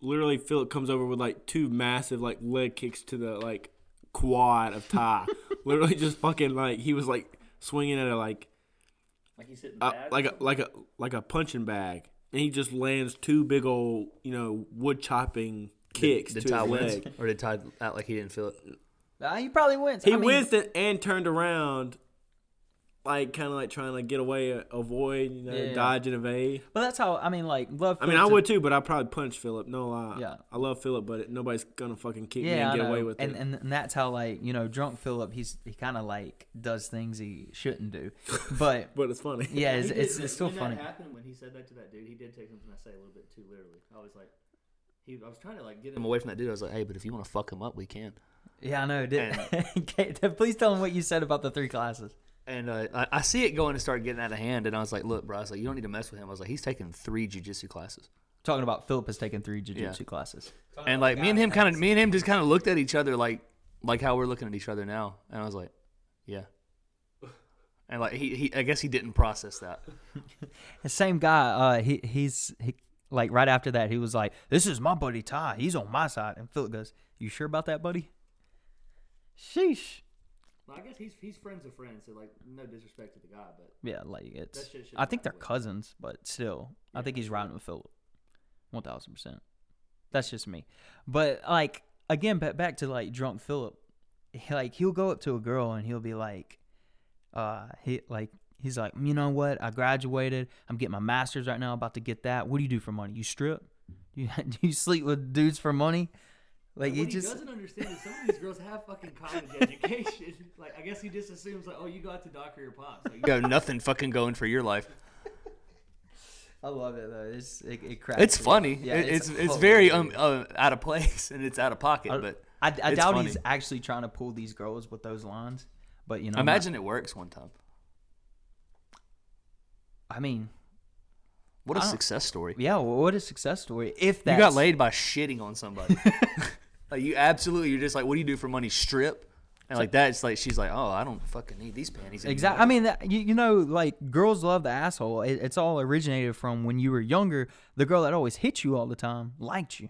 [SPEAKER 3] literally Philip comes over with like two massive like leg kicks to the like quad of Ty. literally just fucking like he was like swinging at a like
[SPEAKER 5] like he's hitting
[SPEAKER 3] a, like a like a like a punching bag and he just lands two big old, you know, wood chopping kicks
[SPEAKER 2] Did
[SPEAKER 3] to
[SPEAKER 2] Ty
[SPEAKER 3] his
[SPEAKER 2] win,
[SPEAKER 3] leg.
[SPEAKER 2] or did Ty act like he didn't feel it?
[SPEAKER 1] Uh, he probably wins.
[SPEAKER 3] He
[SPEAKER 1] I mean,
[SPEAKER 3] wins it and turned around like kind of like trying to get away, uh, avoid, you know,
[SPEAKER 1] Yeah.
[SPEAKER 3] dodge and evade.
[SPEAKER 1] But that's how I mean, like love.
[SPEAKER 3] I mean, I would too, but I probably punch Philip. No lie.
[SPEAKER 1] Yeah.
[SPEAKER 3] I love Philip, but nobody's gonna fucking kick me
[SPEAKER 1] yeah,
[SPEAKER 3] and
[SPEAKER 1] I
[SPEAKER 3] get
[SPEAKER 1] know.
[SPEAKER 3] away with
[SPEAKER 1] and,
[SPEAKER 3] it.
[SPEAKER 1] And, and that's how like you know drunk Philip he's he kind of like does things he shouldn't do, but
[SPEAKER 3] but it's funny.
[SPEAKER 1] yeah, it's
[SPEAKER 5] He did-
[SPEAKER 1] it's,
[SPEAKER 5] when-
[SPEAKER 1] it's still
[SPEAKER 5] when
[SPEAKER 1] funny.
[SPEAKER 5] That happened when he said that to that dude. He did take something I say a little bit too literally. I was like, he, I was trying to like get
[SPEAKER 2] I'm
[SPEAKER 5] him.
[SPEAKER 2] away from that dude. I was like, "Hey, but if you want to fuck him up, we can."
[SPEAKER 1] Yeah, I know. Did, Okay, please tell him what you said about the three classes.
[SPEAKER 2] And uh, I, I see it going to start getting out of hand, and I was like, "Look, bro," I was like, "You don't need to mess with him." I was like, "He's taking three jujitsu classes."
[SPEAKER 1] Talking about Philip has taken three jujitsu
[SPEAKER 2] Yeah.
[SPEAKER 1] classes.
[SPEAKER 2] and like me and him kind of me and him just kind of looked at each other like like how we're looking at each other now and i was like yeah and like he, he i guess he didn't process that
[SPEAKER 1] The same guy. Uh, he he's he, like right after that he was like, "This is my buddy Ty. He's on my side." And Philip goes, "You sure about that, buddy?" Sheesh.
[SPEAKER 5] I guess he's he's friends of friends, so like no disrespect to the guy, but
[SPEAKER 1] Yeah, like it's.
[SPEAKER 5] shit shouldn't
[SPEAKER 1] I think they're
[SPEAKER 5] matter.
[SPEAKER 1] cousins, but still, I think he's riding with Philip, one thousand percent. That's just me, but like again, ba- back to like drunk Philip, he, like he'll go up to a girl and he'll be like, uh, he like he's like, you know what? I graduated. I'm getting my master's right now. About to get that. What do you do for money? You strip? You do you sleep with dudes for money? Like
[SPEAKER 5] what
[SPEAKER 1] he
[SPEAKER 5] he
[SPEAKER 1] just
[SPEAKER 5] doesn't understand is some of these girls have fucking college education. Like I guess he just assumes like, oh, you got to doctor your pops. Like,
[SPEAKER 2] you have nothing fucking going for your life
[SPEAKER 1] I love it though. It's it, it cracks.
[SPEAKER 2] it's
[SPEAKER 1] me up.
[SPEAKER 2] funny
[SPEAKER 1] Yeah, oh,
[SPEAKER 2] It- it's, it's very um,
[SPEAKER 1] hilarious.
[SPEAKER 2] uh, out of place and it's out of pocket
[SPEAKER 1] I-
[SPEAKER 2] but
[SPEAKER 1] I, I
[SPEAKER 2] it's
[SPEAKER 1] doubt
[SPEAKER 2] funny.
[SPEAKER 1] he's actually trying to pull these girls with those lines, but you know, I'm not-
[SPEAKER 2] imagine it works one time
[SPEAKER 1] I mean,
[SPEAKER 2] what a
[SPEAKER 1] I don't-
[SPEAKER 2] success story
[SPEAKER 1] yeah, well, what a success story. If that
[SPEAKER 2] you got laid by shitting on somebody like you absolutely you're just like what do you do for money strip and like that it's like she's like oh i don't fucking need these panties anymore.
[SPEAKER 1] exactly. I mean, that, you, you know, like girls love the asshole. It, it's all originated from when you were younger. The girl that always hit you all the time liked you,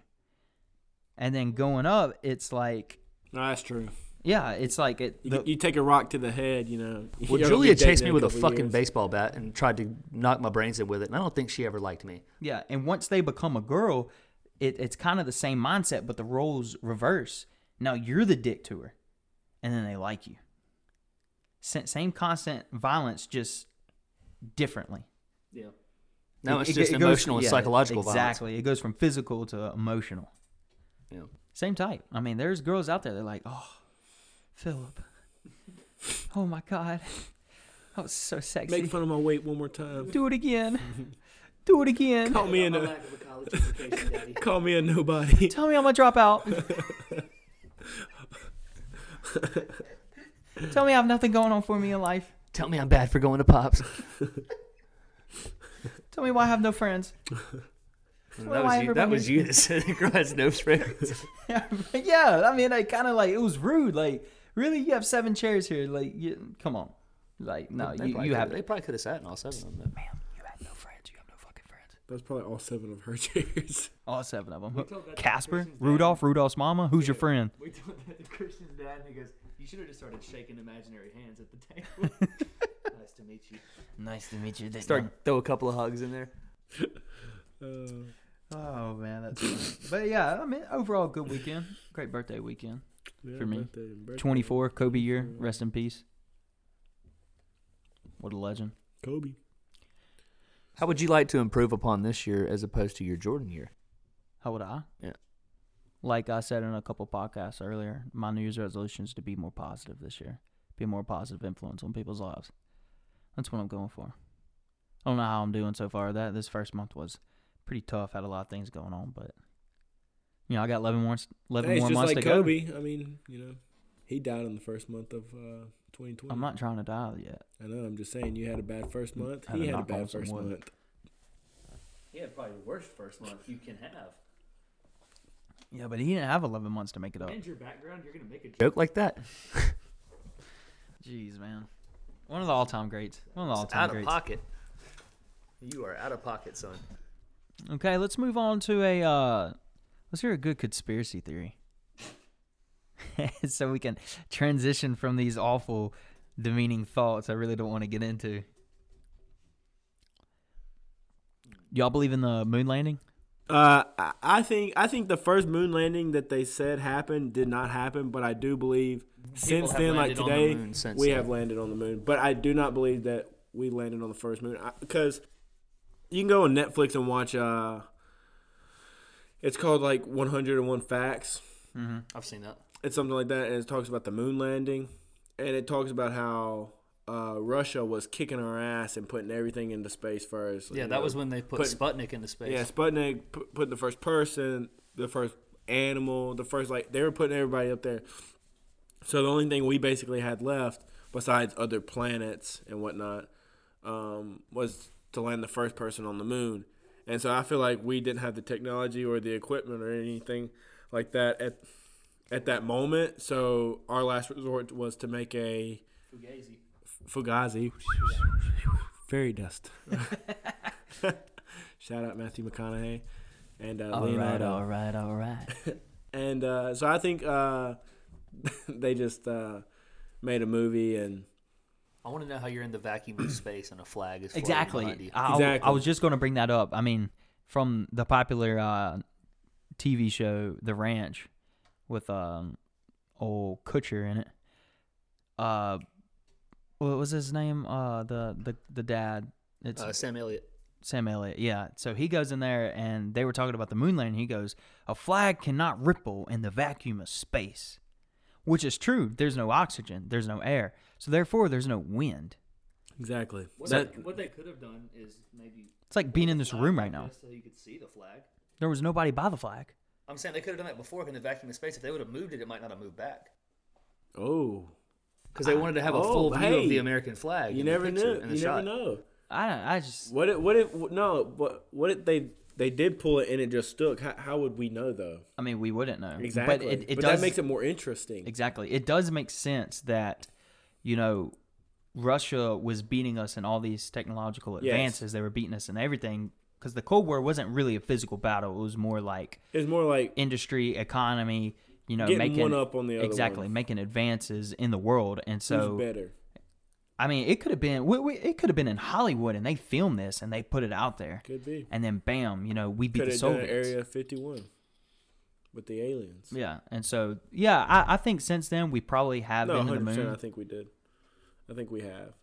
[SPEAKER 1] and then going up, it's like,
[SPEAKER 3] No, that's true.
[SPEAKER 1] yeah, it's like it.
[SPEAKER 3] You,
[SPEAKER 1] the-
[SPEAKER 3] you take a rock to the head, you know.
[SPEAKER 2] Well,
[SPEAKER 3] you'll
[SPEAKER 2] Julia
[SPEAKER 3] be dead
[SPEAKER 2] chased
[SPEAKER 3] in
[SPEAKER 2] me with a
[SPEAKER 3] couple
[SPEAKER 2] fucking
[SPEAKER 3] years.
[SPEAKER 2] baseball bat and tried to knock my brains in with it, and I don't think she ever liked me.
[SPEAKER 1] Yeah, and once they become a girl, it, it's kind of the same mindset, but the roles reverse. Now you're the dick to her, and then they like you. Sa- Same constant violence, just differently.
[SPEAKER 5] yeah.
[SPEAKER 2] No, it's
[SPEAKER 1] It- it-
[SPEAKER 2] just
[SPEAKER 1] it goes-
[SPEAKER 2] emotional and
[SPEAKER 1] yeah,
[SPEAKER 2] psychological
[SPEAKER 1] Exactly, it goes from physical to emotional.
[SPEAKER 2] violence. Yeah.
[SPEAKER 1] Same type. I mean, there's girls out there. They're like, oh, Philip. Oh my God, that was so sexy.
[SPEAKER 3] Make fun of my weight one more time.
[SPEAKER 1] Do it again. Do it again.
[SPEAKER 3] Call me a
[SPEAKER 5] My
[SPEAKER 3] no-
[SPEAKER 5] lack of a college education, daddy.
[SPEAKER 3] call me a nobody.
[SPEAKER 1] Tell me I'm gonna drop out. Tell me I have nothing going on for me in life.
[SPEAKER 2] Tell me I'm bad for going to pops.
[SPEAKER 1] Tell me why I have no friends.
[SPEAKER 2] that
[SPEAKER 1] why
[SPEAKER 2] was you, that
[SPEAKER 1] everybody-
[SPEAKER 2] was you that said the girl has no friends.
[SPEAKER 1] yeah, I mean, I kind of like it was rude. Like, really, you have seven chairs here. Like, you, come on. Like, no,
[SPEAKER 2] They
[SPEAKER 1] you,
[SPEAKER 2] probably
[SPEAKER 1] you have
[SPEAKER 2] could've- They probably could have sat in all seven of them.
[SPEAKER 1] Ma'am, you have no friends. You have no fucking friends.
[SPEAKER 3] That's probably all seven of her chairs.
[SPEAKER 1] All seven of them.
[SPEAKER 5] told that to
[SPEAKER 1] Casper,
[SPEAKER 5] Kirsten's dad.
[SPEAKER 1] Rudolph, Rudolph's mama. Who's your
[SPEAKER 5] Yeah.
[SPEAKER 1] friend?
[SPEAKER 5] We told that to Christian's dad, and he goes, "You should have just started shaking imaginary hands at the table." nice to meet you.
[SPEAKER 1] Nice to meet you.
[SPEAKER 2] Start throw a couple of hugs in there.
[SPEAKER 3] Uh,
[SPEAKER 1] Oh man, that's. funny. but yeah, I mean, overall good weekend. Great birthday weekend.
[SPEAKER 3] yeah,
[SPEAKER 1] For me.
[SPEAKER 3] birthday and birthday.
[SPEAKER 1] Twenty four, Kobe year. Rest in peace. What a legend.
[SPEAKER 3] Kobe.
[SPEAKER 2] How would you like to improve upon this year as opposed to your Jordan year?
[SPEAKER 1] How would I?
[SPEAKER 2] Yeah.
[SPEAKER 1] Like I said in a couple podcasts earlier, my New Year's resolution is to be more positive this year. Be a more positive influence on people's lives. That's what I'm going for. I don't know how I'm doing so far. That this first month was pretty tough. Had a lot of things going on, but you know I got 11 more 11
[SPEAKER 3] Hey, it's
[SPEAKER 1] more
[SPEAKER 3] just
[SPEAKER 1] months
[SPEAKER 3] like
[SPEAKER 1] to go.
[SPEAKER 3] Kobe. I mean, you know, he died in the first month of uh, 2020.
[SPEAKER 1] I'm not trying to die yet.
[SPEAKER 3] I know. I'm just saying, you had a bad first month.
[SPEAKER 1] Had to
[SPEAKER 3] He had a
[SPEAKER 1] knock on
[SPEAKER 3] bad
[SPEAKER 1] some
[SPEAKER 3] first
[SPEAKER 1] wood.
[SPEAKER 3] month.
[SPEAKER 5] He had probably the worst first month you can have.
[SPEAKER 1] Yeah, but he didn't have 11 months to make it up.
[SPEAKER 5] And your background, you're gonna make a joke.
[SPEAKER 2] Joke like that?
[SPEAKER 1] Jeez, man. One of the all-time greats. One of the all-time greats.
[SPEAKER 2] pocket. You are out of pocket, son.
[SPEAKER 1] Okay, let's move on to a uh let's hear a good conspiracy theory. so we can transition from these awful demeaning thoughts I really don't want to get into. Y'all believe in the moon landing?
[SPEAKER 3] Uh, I- I think I think the first moon landing that they said happened did not happen, but I do believe since
[SPEAKER 2] have
[SPEAKER 3] then, like
[SPEAKER 2] landed on the
[SPEAKER 3] today,
[SPEAKER 2] moon since
[SPEAKER 3] we
[SPEAKER 2] then.
[SPEAKER 3] have landed on the moon. But I do not believe that we landed on the first moon because you can go on Netflix and watch. Uh, it's called like 101 Facts.
[SPEAKER 2] I've seen that.
[SPEAKER 3] It's something like that, and it talks about the moon landing, and it talks about how. Uh, Russia was kicking our ass and putting everything into space first.
[SPEAKER 2] Yeah,
[SPEAKER 3] you
[SPEAKER 2] that
[SPEAKER 3] know.
[SPEAKER 2] was when they put,
[SPEAKER 3] Put-
[SPEAKER 2] Sputnik into space.
[SPEAKER 3] Yeah, Sputnik p- put the first person, the first animal, the first like they were putting everybody up there. So the only thing we basically had left, besides other planets and whatnot, um, was to land the first person on the moon. And so I feel like we didn't have the technology or the equipment or anything like that at at that moment. So our last resort was to make a
[SPEAKER 5] Fugazi.
[SPEAKER 3] Fugazi. eh? Fairy dust. Shout out Matthew McConaughey and uh, Leonardo.
[SPEAKER 1] right, all right.
[SPEAKER 3] And uh, so I think uh, they just uh, made a movie and
[SPEAKER 2] I want to know how you're in the vacuum of space and a flag is floating behind
[SPEAKER 1] Exactly. Ah,
[SPEAKER 2] you.
[SPEAKER 1] I, I
[SPEAKER 3] Exactly.
[SPEAKER 1] was just going to bring that up. I mean, from the popular uh, TV show The Ranch with um, old Kutcher in it. Uh, what was his name? Uh, the the the dad. It's
[SPEAKER 2] Uh, Sam Elliott.
[SPEAKER 1] Sam Elliott. Yeah. So he goes in there, and they were talking about the moon landing. He goes, "A flag cannot ripple in the vacuum of space," which is true. There's no oxygen. There's no air. So therefore, there's no wind.
[SPEAKER 3] exactly.
[SPEAKER 5] What,
[SPEAKER 3] That-
[SPEAKER 5] they, what they could have done is maybe
[SPEAKER 1] It's like being in this
[SPEAKER 5] flag
[SPEAKER 1] room
[SPEAKER 5] like
[SPEAKER 1] right now.
[SPEAKER 5] this so you could see the flag.
[SPEAKER 1] There was nobody by the flag.
[SPEAKER 2] I'm saying they could have done that before in the vacuum of space. If they would have moved it, it might not have moved back.
[SPEAKER 3] oh,
[SPEAKER 2] Because they wanted to have a
[SPEAKER 3] Oh,
[SPEAKER 2] full view
[SPEAKER 3] hey.
[SPEAKER 2] of the American flag.
[SPEAKER 3] you
[SPEAKER 2] in the
[SPEAKER 3] never
[SPEAKER 2] picture,
[SPEAKER 3] knew.
[SPEAKER 2] in the
[SPEAKER 3] You never
[SPEAKER 2] shot.
[SPEAKER 3] know.
[SPEAKER 1] I don't. I just.
[SPEAKER 3] What if? What if? No. What? What if they? They did pull it and it just stuck. How, how would we know though?
[SPEAKER 1] I mean, we wouldn't know.
[SPEAKER 3] Exactly.
[SPEAKER 1] But it, it
[SPEAKER 3] but
[SPEAKER 1] does
[SPEAKER 3] that makes it more interesting.
[SPEAKER 1] exactly. It does make sense that, you know, Russia was beating us in all these technological
[SPEAKER 3] Yes.
[SPEAKER 1] advances. They were beating us in everything because the Cold War wasn't really a physical battle. It was more like
[SPEAKER 3] It's more like
[SPEAKER 1] industry, economy. You know,
[SPEAKER 3] Getting
[SPEAKER 1] making
[SPEAKER 3] one up on the other
[SPEAKER 1] exactly
[SPEAKER 3] one.
[SPEAKER 1] making advances in the world, and so
[SPEAKER 3] who's better.
[SPEAKER 1] I mean, it could have been we, we, it could have been in Hollywood, and they filmed this and they put it out there,
[SPEAKER 3] Could be.
[SPEAKER 1] and then bam, you know, we beat
[SPEAKER 3] Could
[SPEAKER 1] the
[SPEAKER 3] have done
[SPEAKER 1] Soviets.
[SPEAKER 3] Area 51 with the aliens.
[SPEAKER 1] Yeah, and so yeah, I, I think since then we probably have
[SPEAKER 3] No,
[SPEAKER 1] been to the
[SPEAKER 3] hundred percent. I
[SPEAKER 1] moon.
[SPEAKER 3] think we did. I think we have,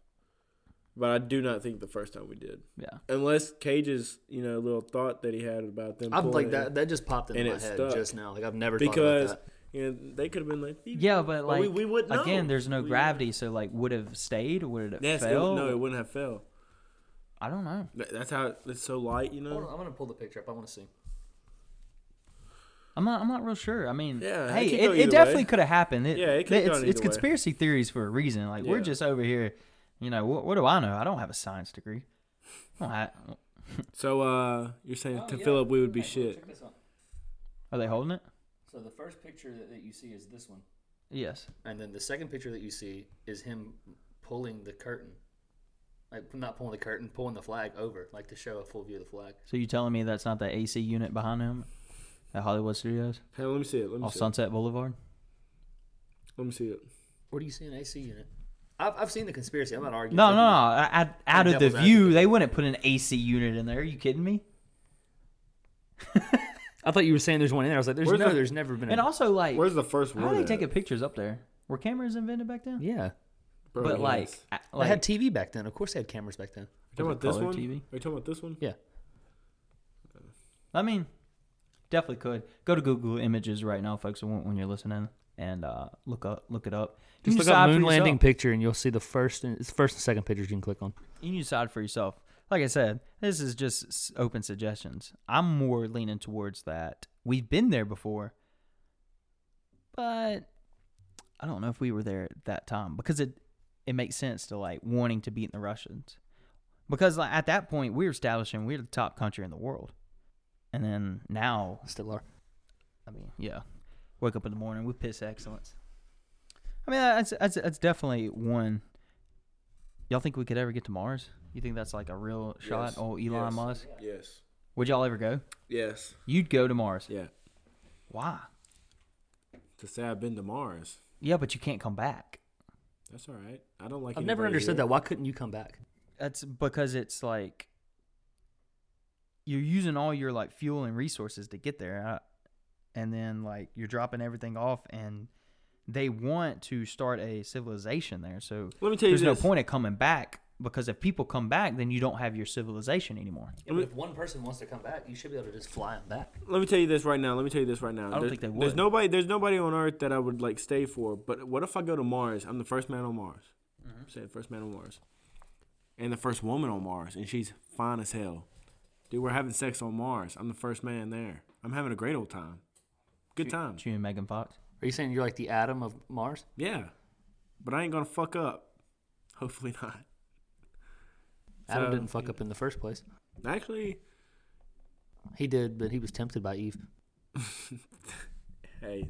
[SPEAKER 3] but I do not think the first time we did,
[SPEAKER 1] Yeah,
[SPEAKER 3] unless Cage's you know little thought that he had about them.
[SPEAKER 2] I'm like
[SPEAKER 3] pulling it.
[SPEAKER 2] that. That just popped into
[SPEAKER 3] And
[SPEAKER 2] my
[SPEAKER 3] it
[SPEAKER 2] head
[SPEAKER 3] stuck.
[SPEAKER 2] just now. Like I've never
[SPEAKER 3] because
[SPEAKER 2] thought about
[SPEAKER 3] you know they could have been like
[SPEAKER 1] yeah, but like
[SPEAKER 3] we, we would know.
[SPEAKER 1] again, there's no
[SPEAKER 3] We-
[SPEAKER 1] gravity, so like would have stayed, would it have
[SPEAKER 3] Yes, it,
[SPEAKER 1] fell?
[SPEAKER 3] no, it wouldn't have fell.
[SPEAKER 1] I don't know.
[SPEAKER 3] Th- That's how it's so light, you
[SPEAKER 2] that. Hold on,
[SPEAKER 3] know.
[SPEAKER 2] I'm gonna pull the picture up. I want to see.
[SPEAKER 1] I'm not. I'm not real sure. I mean,
[SPEAKER 3] Yeah, it
[SPEAKER 1] hey,
[SPEAKER 3] could
[SPEAKER 1] it,
[SPEAKER 3] go
[SPEAKER 1] it
[SPEAKER 3] either
[SPEAKER 1] definitely
[SPEAKER 3] way.
[SPEAKER 1] could have happened. It,
[SPEAKER 3] Yeah, it could've
[SPEAKER 1] it's,
[SPEAKER 3] gone
[SPEAKER 1] it's
[SPEAKER 3] either way.
[SPEAKER 1] conspiracy theories for a reason. Like we're
[SPEAKER 3] Yeah.
[SPEAKER 1] just over here, you know. What, what do I know? I don't have a science degree. I don't have-
[SPEAKER 3] So uh, you're saying
[SPEAKER 2] Oh,
[SPEAKER 3] to Philip we would be shit.
[SPEAKER 5] Check this out.
[SPEAKER 1] are they holding it?
[SPEAKER 5] So the first picture that, that you see is this one.
[SPEAKER 1] Yes.
[SPEAKER 2] And then the second picture that you see is him pulling the curtain. Like not pulling the curtain, pulling the flag over, like to show a full view of the flag.
[SPEAKER 1] So you telling me that's not the AC unit behind him at Hollywood Studios
[SPEAKER 3] Hey, let me see it. Let me
[SPEAKER 1] off
[SPEAKER 3] see
[SPEAKER 1] Sunset Boulevard?
[SPEAKER 3] it. Let me see it.
[SPEAKER 2] Where do you see an AC unit? I've, I've seen the conspiracy. I'm not arguing.
[SPEAKER 1] No,
[SPEAKER 2] with
[SPEAKER 1] no,
[SPEAKER 2] you.
[SPEAKER 1] no. I, I, out of the
[SPEAKER 2] devil's
[SPEAKER 1] view,
[SPEAKER 2] advocate.
[SPEAKER 1] they wouldn't put an AC unit in there. Are you kidding me?
[SPEAKER 2] I thought you were saying there's one in there. I was like, there's
[SPEAKER 3] Where's
[SPEAKER 2] no,
[SPEAKER 3] the-
[SPEAKER 2] there's never been.
[SPEAKER 1] And
[SPEAKER 2] a,
[SPEAKER 1] also, like,
[SPEAKER 3] Where's the first
[SPEAKER 1] how
[SPEAKER 3] one?
[SPEAKER 1] are they taking pictures up there? Were cameras invented back then?
[SPEAKER 2] yeah,
[SPEAKER 3] Bro,
[SPEAKER 1] but like,
[SPEAKER 3] yes.
[SPEAKER 1] I-
[SPEAKER 2] they
[SPEAKER 1] like
[SPEAKER 2] had TV back then. Of course, they had cameras back then.
[SPEAKER 3] You talking about this
[SPEAKER 1] color
[SPEAKER 3] one?
[SPEAKER 1] TV?
[SPEAKER 3] Are you talking about this one?
[SPEAKER 2] Yeah,
[SPEAKER 1] I mean, definitely could go to Google Images right now, folks. When, when you're listening, and uh, look up, look it up. You can
[SPEAKER 2] just look
[SPEAKER 1] decide
[SPEAKER 2] up
[SPEAKER 1] for
[SPEAKER 2] moon
[SPEAKER 1] yourself.
[SPEAKER 2] landing picture, and you'll see the first and it's first and second pictures you can click on.
[SPEAKER 1] you decide for yourself. Like I said, this is just s- open suggestions. I'm more leaning towards that. We've been there before, but I don't know if we were there at that time because it it makes sense to like wanting to beat the Russians because like at that point we were establishing we're the top country in the world, and then now
[SPEAKER 2] Still are.
[SPEAKER 1] I mean, yeah. Wake up in the morning, we piss excellence. I mean, that's that's, that's definitely one. Y'all think we could ever get to Mars? You think that's like a real shot?
[SPEAKER 3] Yes.
[SPEAKER 1] Oh, Elon
[SPEAKER 3] Yes.
[SPEAKER 1] Musk.
[SPEAKER 3] Yes.
[SPEAKER 1] Would y'all ever go?
[SPEAKER 3] Yes.
[SPEAKER 1] You'd go to Mars.
[SPEAKER 3] Yeah.
[SPEAKER 1] Why?
[SPEAKER 3] To say I've been to Mars.
[SPEAKER 1] Yeah, but you can't come back.
[SPEAKER 3] That's all right. I don't like.
[SPEAKER 2] I've never
[SPEAKER 3] anybody
[SPEAKER 2] understood
[SPEAKER 3] here.
[SPEAKER 2] that. Why couldn't you come back?
[SPEAKER 1] That's because it's like you're using all your like fuel and resources to get there, uh, and then like you're dropping everything off, and they want to start a civilization there. So
[SPEAKER 3] Let me tell you
[SPEAKER 1] there's no
[SPEAKER 3] this.
[SPEAKER 1] point in coming back because if people come back, then you don't have your civilization anymore.
[SPEAKER 2] Yeah, but if one person wants to come back, you should be able to just fly them back.
[SPEAKER 3] Let me tell you this right now. Let me tell you this right now. I
[SPEAKER 1] don't think they
[SPEAKER 3] There's
[SPEAKER 1] would.
[SPEAKER 3] nobody. There's nobody on Earth that I would like stay for. But what if I go to Mars? I'm the first man on Mars.
[SPEAKER 1] Mm-hmm.
[SPEAKER 3] Say the first man on Mars, and the first woman on Mars, and she's fine as hell. Dude, we're having sex on Mars. I'm the first man there. I'm having a great old time. Good time.
[SPEAKER 1] You and Megan Fox.
[SPEAKER 2] Are you saying you're like the atom of Mars?
[SPEAKER 3] Yeah, but I ain't gonna fuck up. Hopefully not.
[SPEAKER 2] Adam
[SPEAKER 3] So-
[SPEAKER 2] didn't fuck up in the first place.
[SPEAKER 3] Actually,
[SPEAKER 2] He did, but he was tempted by Eve.
[SPEAKER 3] hey,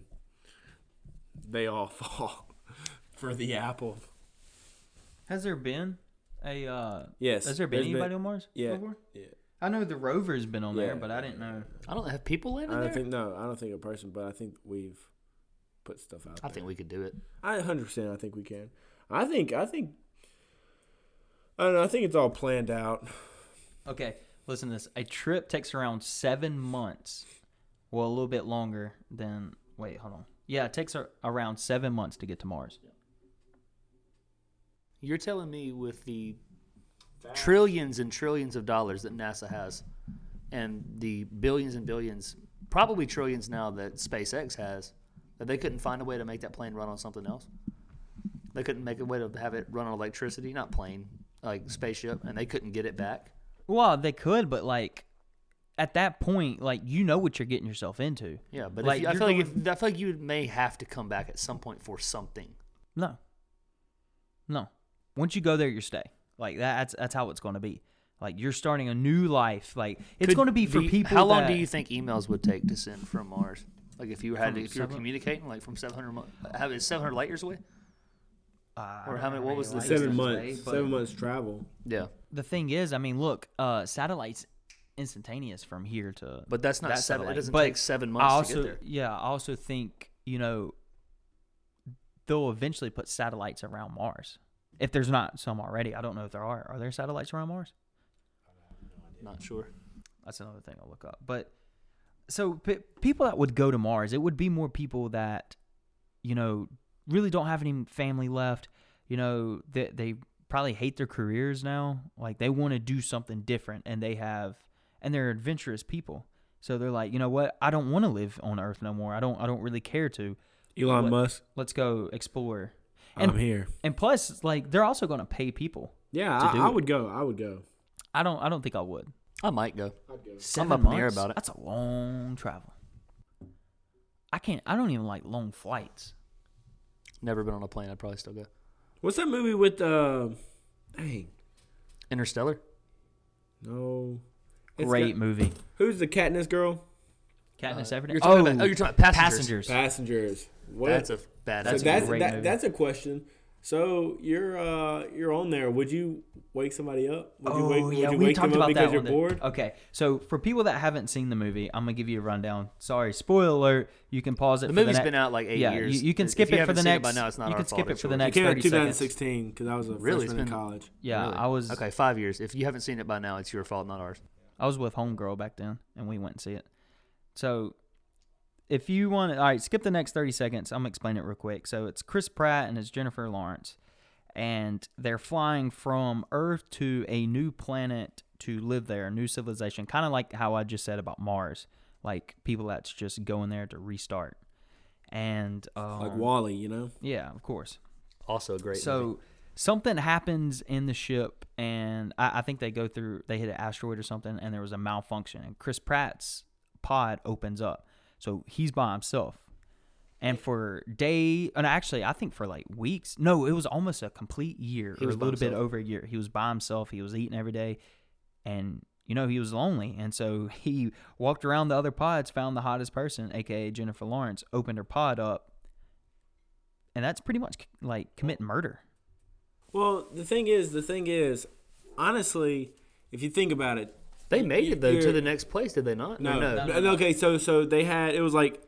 [SPEAKER 3] they all fall for the apple.
[SPEAKER 1] Has there been a uh
[SPEAKER 3] Yes,
[SPEAKER 1] Has there been
[SPEAKER 3] there's been-
[SPEAKER 1] anybody on Mars
[SPEAKER 3] Yeah.
[SPEAKER 1] before?
[SPEAKER 3] Yeah.
[SPEAKER 1] I know the rover's been on
[SPEAKER 3] Yeah.
[SPEAKER 1] there, but I didn't know.
[SPEAKER 2] I don't have people
[SPEAKER 3] I
[SPEAKER 2] landed
[SPEAKER 3] don't
[SPEAKER 2] there.
[SPEAKER 3] think no. I don't think a person, but I think we've put stuff out.
[SPEAKER 2] I think we could do it.
[SPEAKER 3] I hundred percent. I think we can. I think. I think. I don't know. I think it's all planned out.
[SPEAKER 1] Okay, listen to this. A trip takes around seven months. Well, a little bit longer than. Wait, hold on. Yeah, it takes a, around seven months to get to Mars.
[SPEAKER 2] You're telling me with the trillions and trillions of dollars that NASA has and the billions and billions, probably trillions now that SpaceX has, that they couldn't find a way to make that plane run on something else? They couldn't make a way to have it run on electricity, not plane, like spaceship, and they couldn't get it back.
[SPEAKER 1] Well, they could, but like at that point, like you know what you're getting yourself into.
[SPEAKER 2] Yeah, but
[SPEAKER 1] Like,
[SPEAKER 2] if you, I
[SPEAKER 1] you're
[SPEAKER 2] feel like if, I feel like you may have to come back at some point for something.
[SPEAKER 1] No. No. Once you go there, you stay. Like that, that's that's how it's going to be. Like you're starting a new life. Like it's
[SPEAKER 2] Could-
[SPEAKER 1] going to be
[SPEAKER 2] do
[SPEAKER 1] for
[SPEAKER 2] you-
[SPEAKER 1] people.
[SPEAKER 2] How long
[SPEAKER 1] that-
[SPEAKER 2] do you think emails would take to send from Mars? Like if you had
[SPEAKER 1] From
[SPEAKER 2] to, if you were
[SPEAKER 1] seven-
[SPEAKER 2] communicating like from 700 mi- have it 700 light years away?
[SPEAKER 1] Uh,
[SPEAKER 2] or how many- what was the
[SPEAKER 1] like
[SPEAKER 2] Seven
[SPEAKER 1] this
[SPEAKER 2] distance?
[SPEAKER 1] way, but
[SPEAKER 3] months travel.
[SPEAKER 2] Yeah.
[SPEAKER 1] The thing is, I mean, look, uh, satellites instantaneous from here to.
[SPEAKER 2] But that's not
[SPEAKER 1] that
[SPEAKER 2] seven- it
[SPEAKER 1] satellite.
[SPEAKER 2] doesn't
[SPEAKER 1] But
[SPEAKER 2] take seven
[SPEAKER 1] I
[SPEAKER 2] months to get
[SPEAKER 1] also-
[SPEAKER 2] there.
[SPEAKER 1] Yeah, I also think you know they'll eventually put satellites around Mars. If there's not some already, I don't know if there are. Are there satellites around Mars?
[SPEAKER 2] Not sure.
[SPEAKER 1] That's another thing I'll look up. But so p- people that would go to Mars, it would be more people that you know really don't have any family left. You know they they probably hate their careers now. Like they want to do something different, and they have and they're adventurous people. So they're like, you know what? I don't want to live on Earth no more. I don't. I don't really care to.
[SPEAKER 3] Elon
[SPEAKER 1] What?
[SPEAKER 3] Musk,
[SPEAKER 1] Let's go explore. And
[SPEAKER 3] I'm here.
[SPEAKER 1] and plus, like they're also going to pay people.
[SPEAKER 3] Yeah,
[SPEAKER 1] to
[SPEAKER 3] I,
[SPEAKER 1] do
[SPEAKER 3] I
[SPEAKER 1] it.
[SPEAKER 3] would go. I would go.
[SPEAKER 1] I don't. I don't think I would.
[SPEAKER 2] I might go.
[SPEAKER 1] Seven
[SPEAKER 2] up in the air
[SPEAKER 1] months?
[SPEAKER 2] about it.
[SPEAKER 1] That's a long travel. I can't. I don't even like long flights.
[SPEAKER 2] Never been on a plane. I'd probably still go.
[SPEAKER 3] What's that movie with? Uh, dang,
[SPEAKER 2] Interstellar.
[SPEAKER 3] no. It's
[SPEAKER 1] Great
[SPEAKER 3] got-
[SPEAKER 1] movie.
[SPEAKER 3] who's the Katniss girl?
[SPEAKER 1] Katniss Everdeen.
[SPEAKER 2] Uh, You're talking about, oh, you're talking about
[SPEAKER 1] Passengers.
[SPEAKER 2] passengers.
[SPEAKER 3] Passengers. What?
[SPEAKER 2] That's a bad.
[SPEAKER 3] so
[SPEAKER 2] That's,
[SPEAKER 1] a
[SPEAKER 3] that's
[SPEAKER 1] great
[SPEAKER 3] that,
[SPEAKER 1] movie.
[SPEAKER 3] that's a question So you're uh you're on there. Would you wake somebody up? Would you
[SPEAKER 1] Oh,
[SPEAKER 3] wake, would
[SPEAKER 1] yeah,
[SPEAKER 3] you
[SPEAKER 1] we
[SPEAKER 3] wake
[SPEAKER 1] talked
[SPEAKER 3] them
[SPEAKER 1] about
[SPEAKER 3] up because
[SPEAKER 1] that
[SPEAKER 3] you're
[SPEAKER 1] one. Oh,
[SPEAKER 3] bored?
[SPEAKER 1] Okay, so for people that haven't seen the movie, I'm gonna give you a rundown. Sorry, spoiler alert. You can pause it.
[SPEAKER 2] The
[SPEAKER 1] for
[SPEAKER 2] movie's
[SPEAKER 1] the ne-
[SPEAKER 2] been out like eight
[SPEAKER 1] yeah,
[SPEAKER 2] years.
[SPEAKER 1] You, you can
[SPEAKER 2] If
[SPEAKER 1] skip
[SPEAKER 2] you
[SPEAKER 1] it for
[SPEAKER 2] haven't
[SPEAKER 1] the
[SPEAKER 2] seen it
[SPEAKER 1] next.
[SPEAKER 2] by now, it's not
[SPEAKER 1] you
[SPEAKER 2] our
[SPEAKER 1] can skip
[SPEAKER 2] fault,
[SPEAKER 1] it
[SPEAKER 2] it's
[SPEAKER 1] for the
[SPEAKER 2] yours.
[SPEAKER 1] next
[SPEAKER 3] Came out
[SPEAKER 1] 30 seconds.
[SPEAKER 3] 2016 because I was a
[SPEAKER 2] Really? It's
[SPEAKER 3] freshman in
[SPEAKER 2] been-
[SPEAKER 3] college.
[SPEAKER 1] Yeah,
[SPEAKER 2] Really?
[SPEAKER 1] I was
[SPEAKER 2] okay. Five years. If you haven't seen it by now, it's your fault, not ours.
[SPEAKER 1] I was with homegirl back then, and we went and see it. So, if you want, all right, skip the next thirty seconds. I'm gonna explain it real quick. So it's Chris Pratt and it's Jennifer Lawrence, and they're flying from Earth to a new planet to live there, a new civilization, kind of like how I just said about Mars, like people that's just going there to restart. And um,
[SPEAKER 3] Like Wally, you know.
[SPEAKER 1] yeah, of course.
[SPEAKER 2] Also a great.
[SPEAKER 1] So
[SPEAKER 2] movie.
[SPEAKER 1] something happens in the ship, and I, I think they go through. They hit an asteroid or something, and there was a malfunction. And Chris Pratt's pod opens up, so he's by himself. And for day, and actually, I think for like weeks. No, it was almost a complete year,
[SPEAKER 2] He
[SPEAKER 1] or a
[SPEAKER 2] was by
[SPEAKER 1] little bit
[SPEAKER 2] himself.
[SPEAKER 1] over a year. He was by himself. He was eating every day, and you know he was lonely. And so he walked around the other pods, found the hottest person, aka Jennifer Lawrence, opened her pod up, and that's pretty much like committing murder.
[SPEAKER 3] Well, the thing is, the thing is, honestly, if you think about it,
[SPEAKER 2] they made it though to
[SPEAKER 3] you're-
[SPEAKER 2] the next place, did they not?
[SPEAKER 3] no,
[SPEAKER 2] no.
[SPEAKER 3] no, okay, so so they had it was like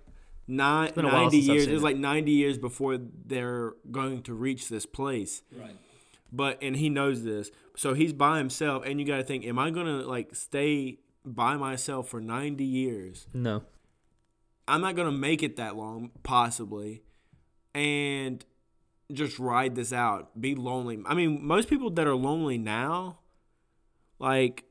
[SPEAKER 3] nine,
[SPEAKER 2] been a while
[SPEAKER 3] 90
[SPEAKER 2] since I've
[SPEAKER 3] years. It
[SPEAKER 2] seen
[SPEAKER 3] was
[SPEAKER 2] it.
[SPEAKER 3] like ninety years before they're going to reach this place. Right. But and he knows this, so he's by himself, and you got to think, am I gonna like stay by myself for ninety years?
[SPEAKER 2] No.
[SPEAKER 3] I'm not gonna make it that long, possibly, and just ride this out. Be lonely. I mean, most people that are lonely now, like,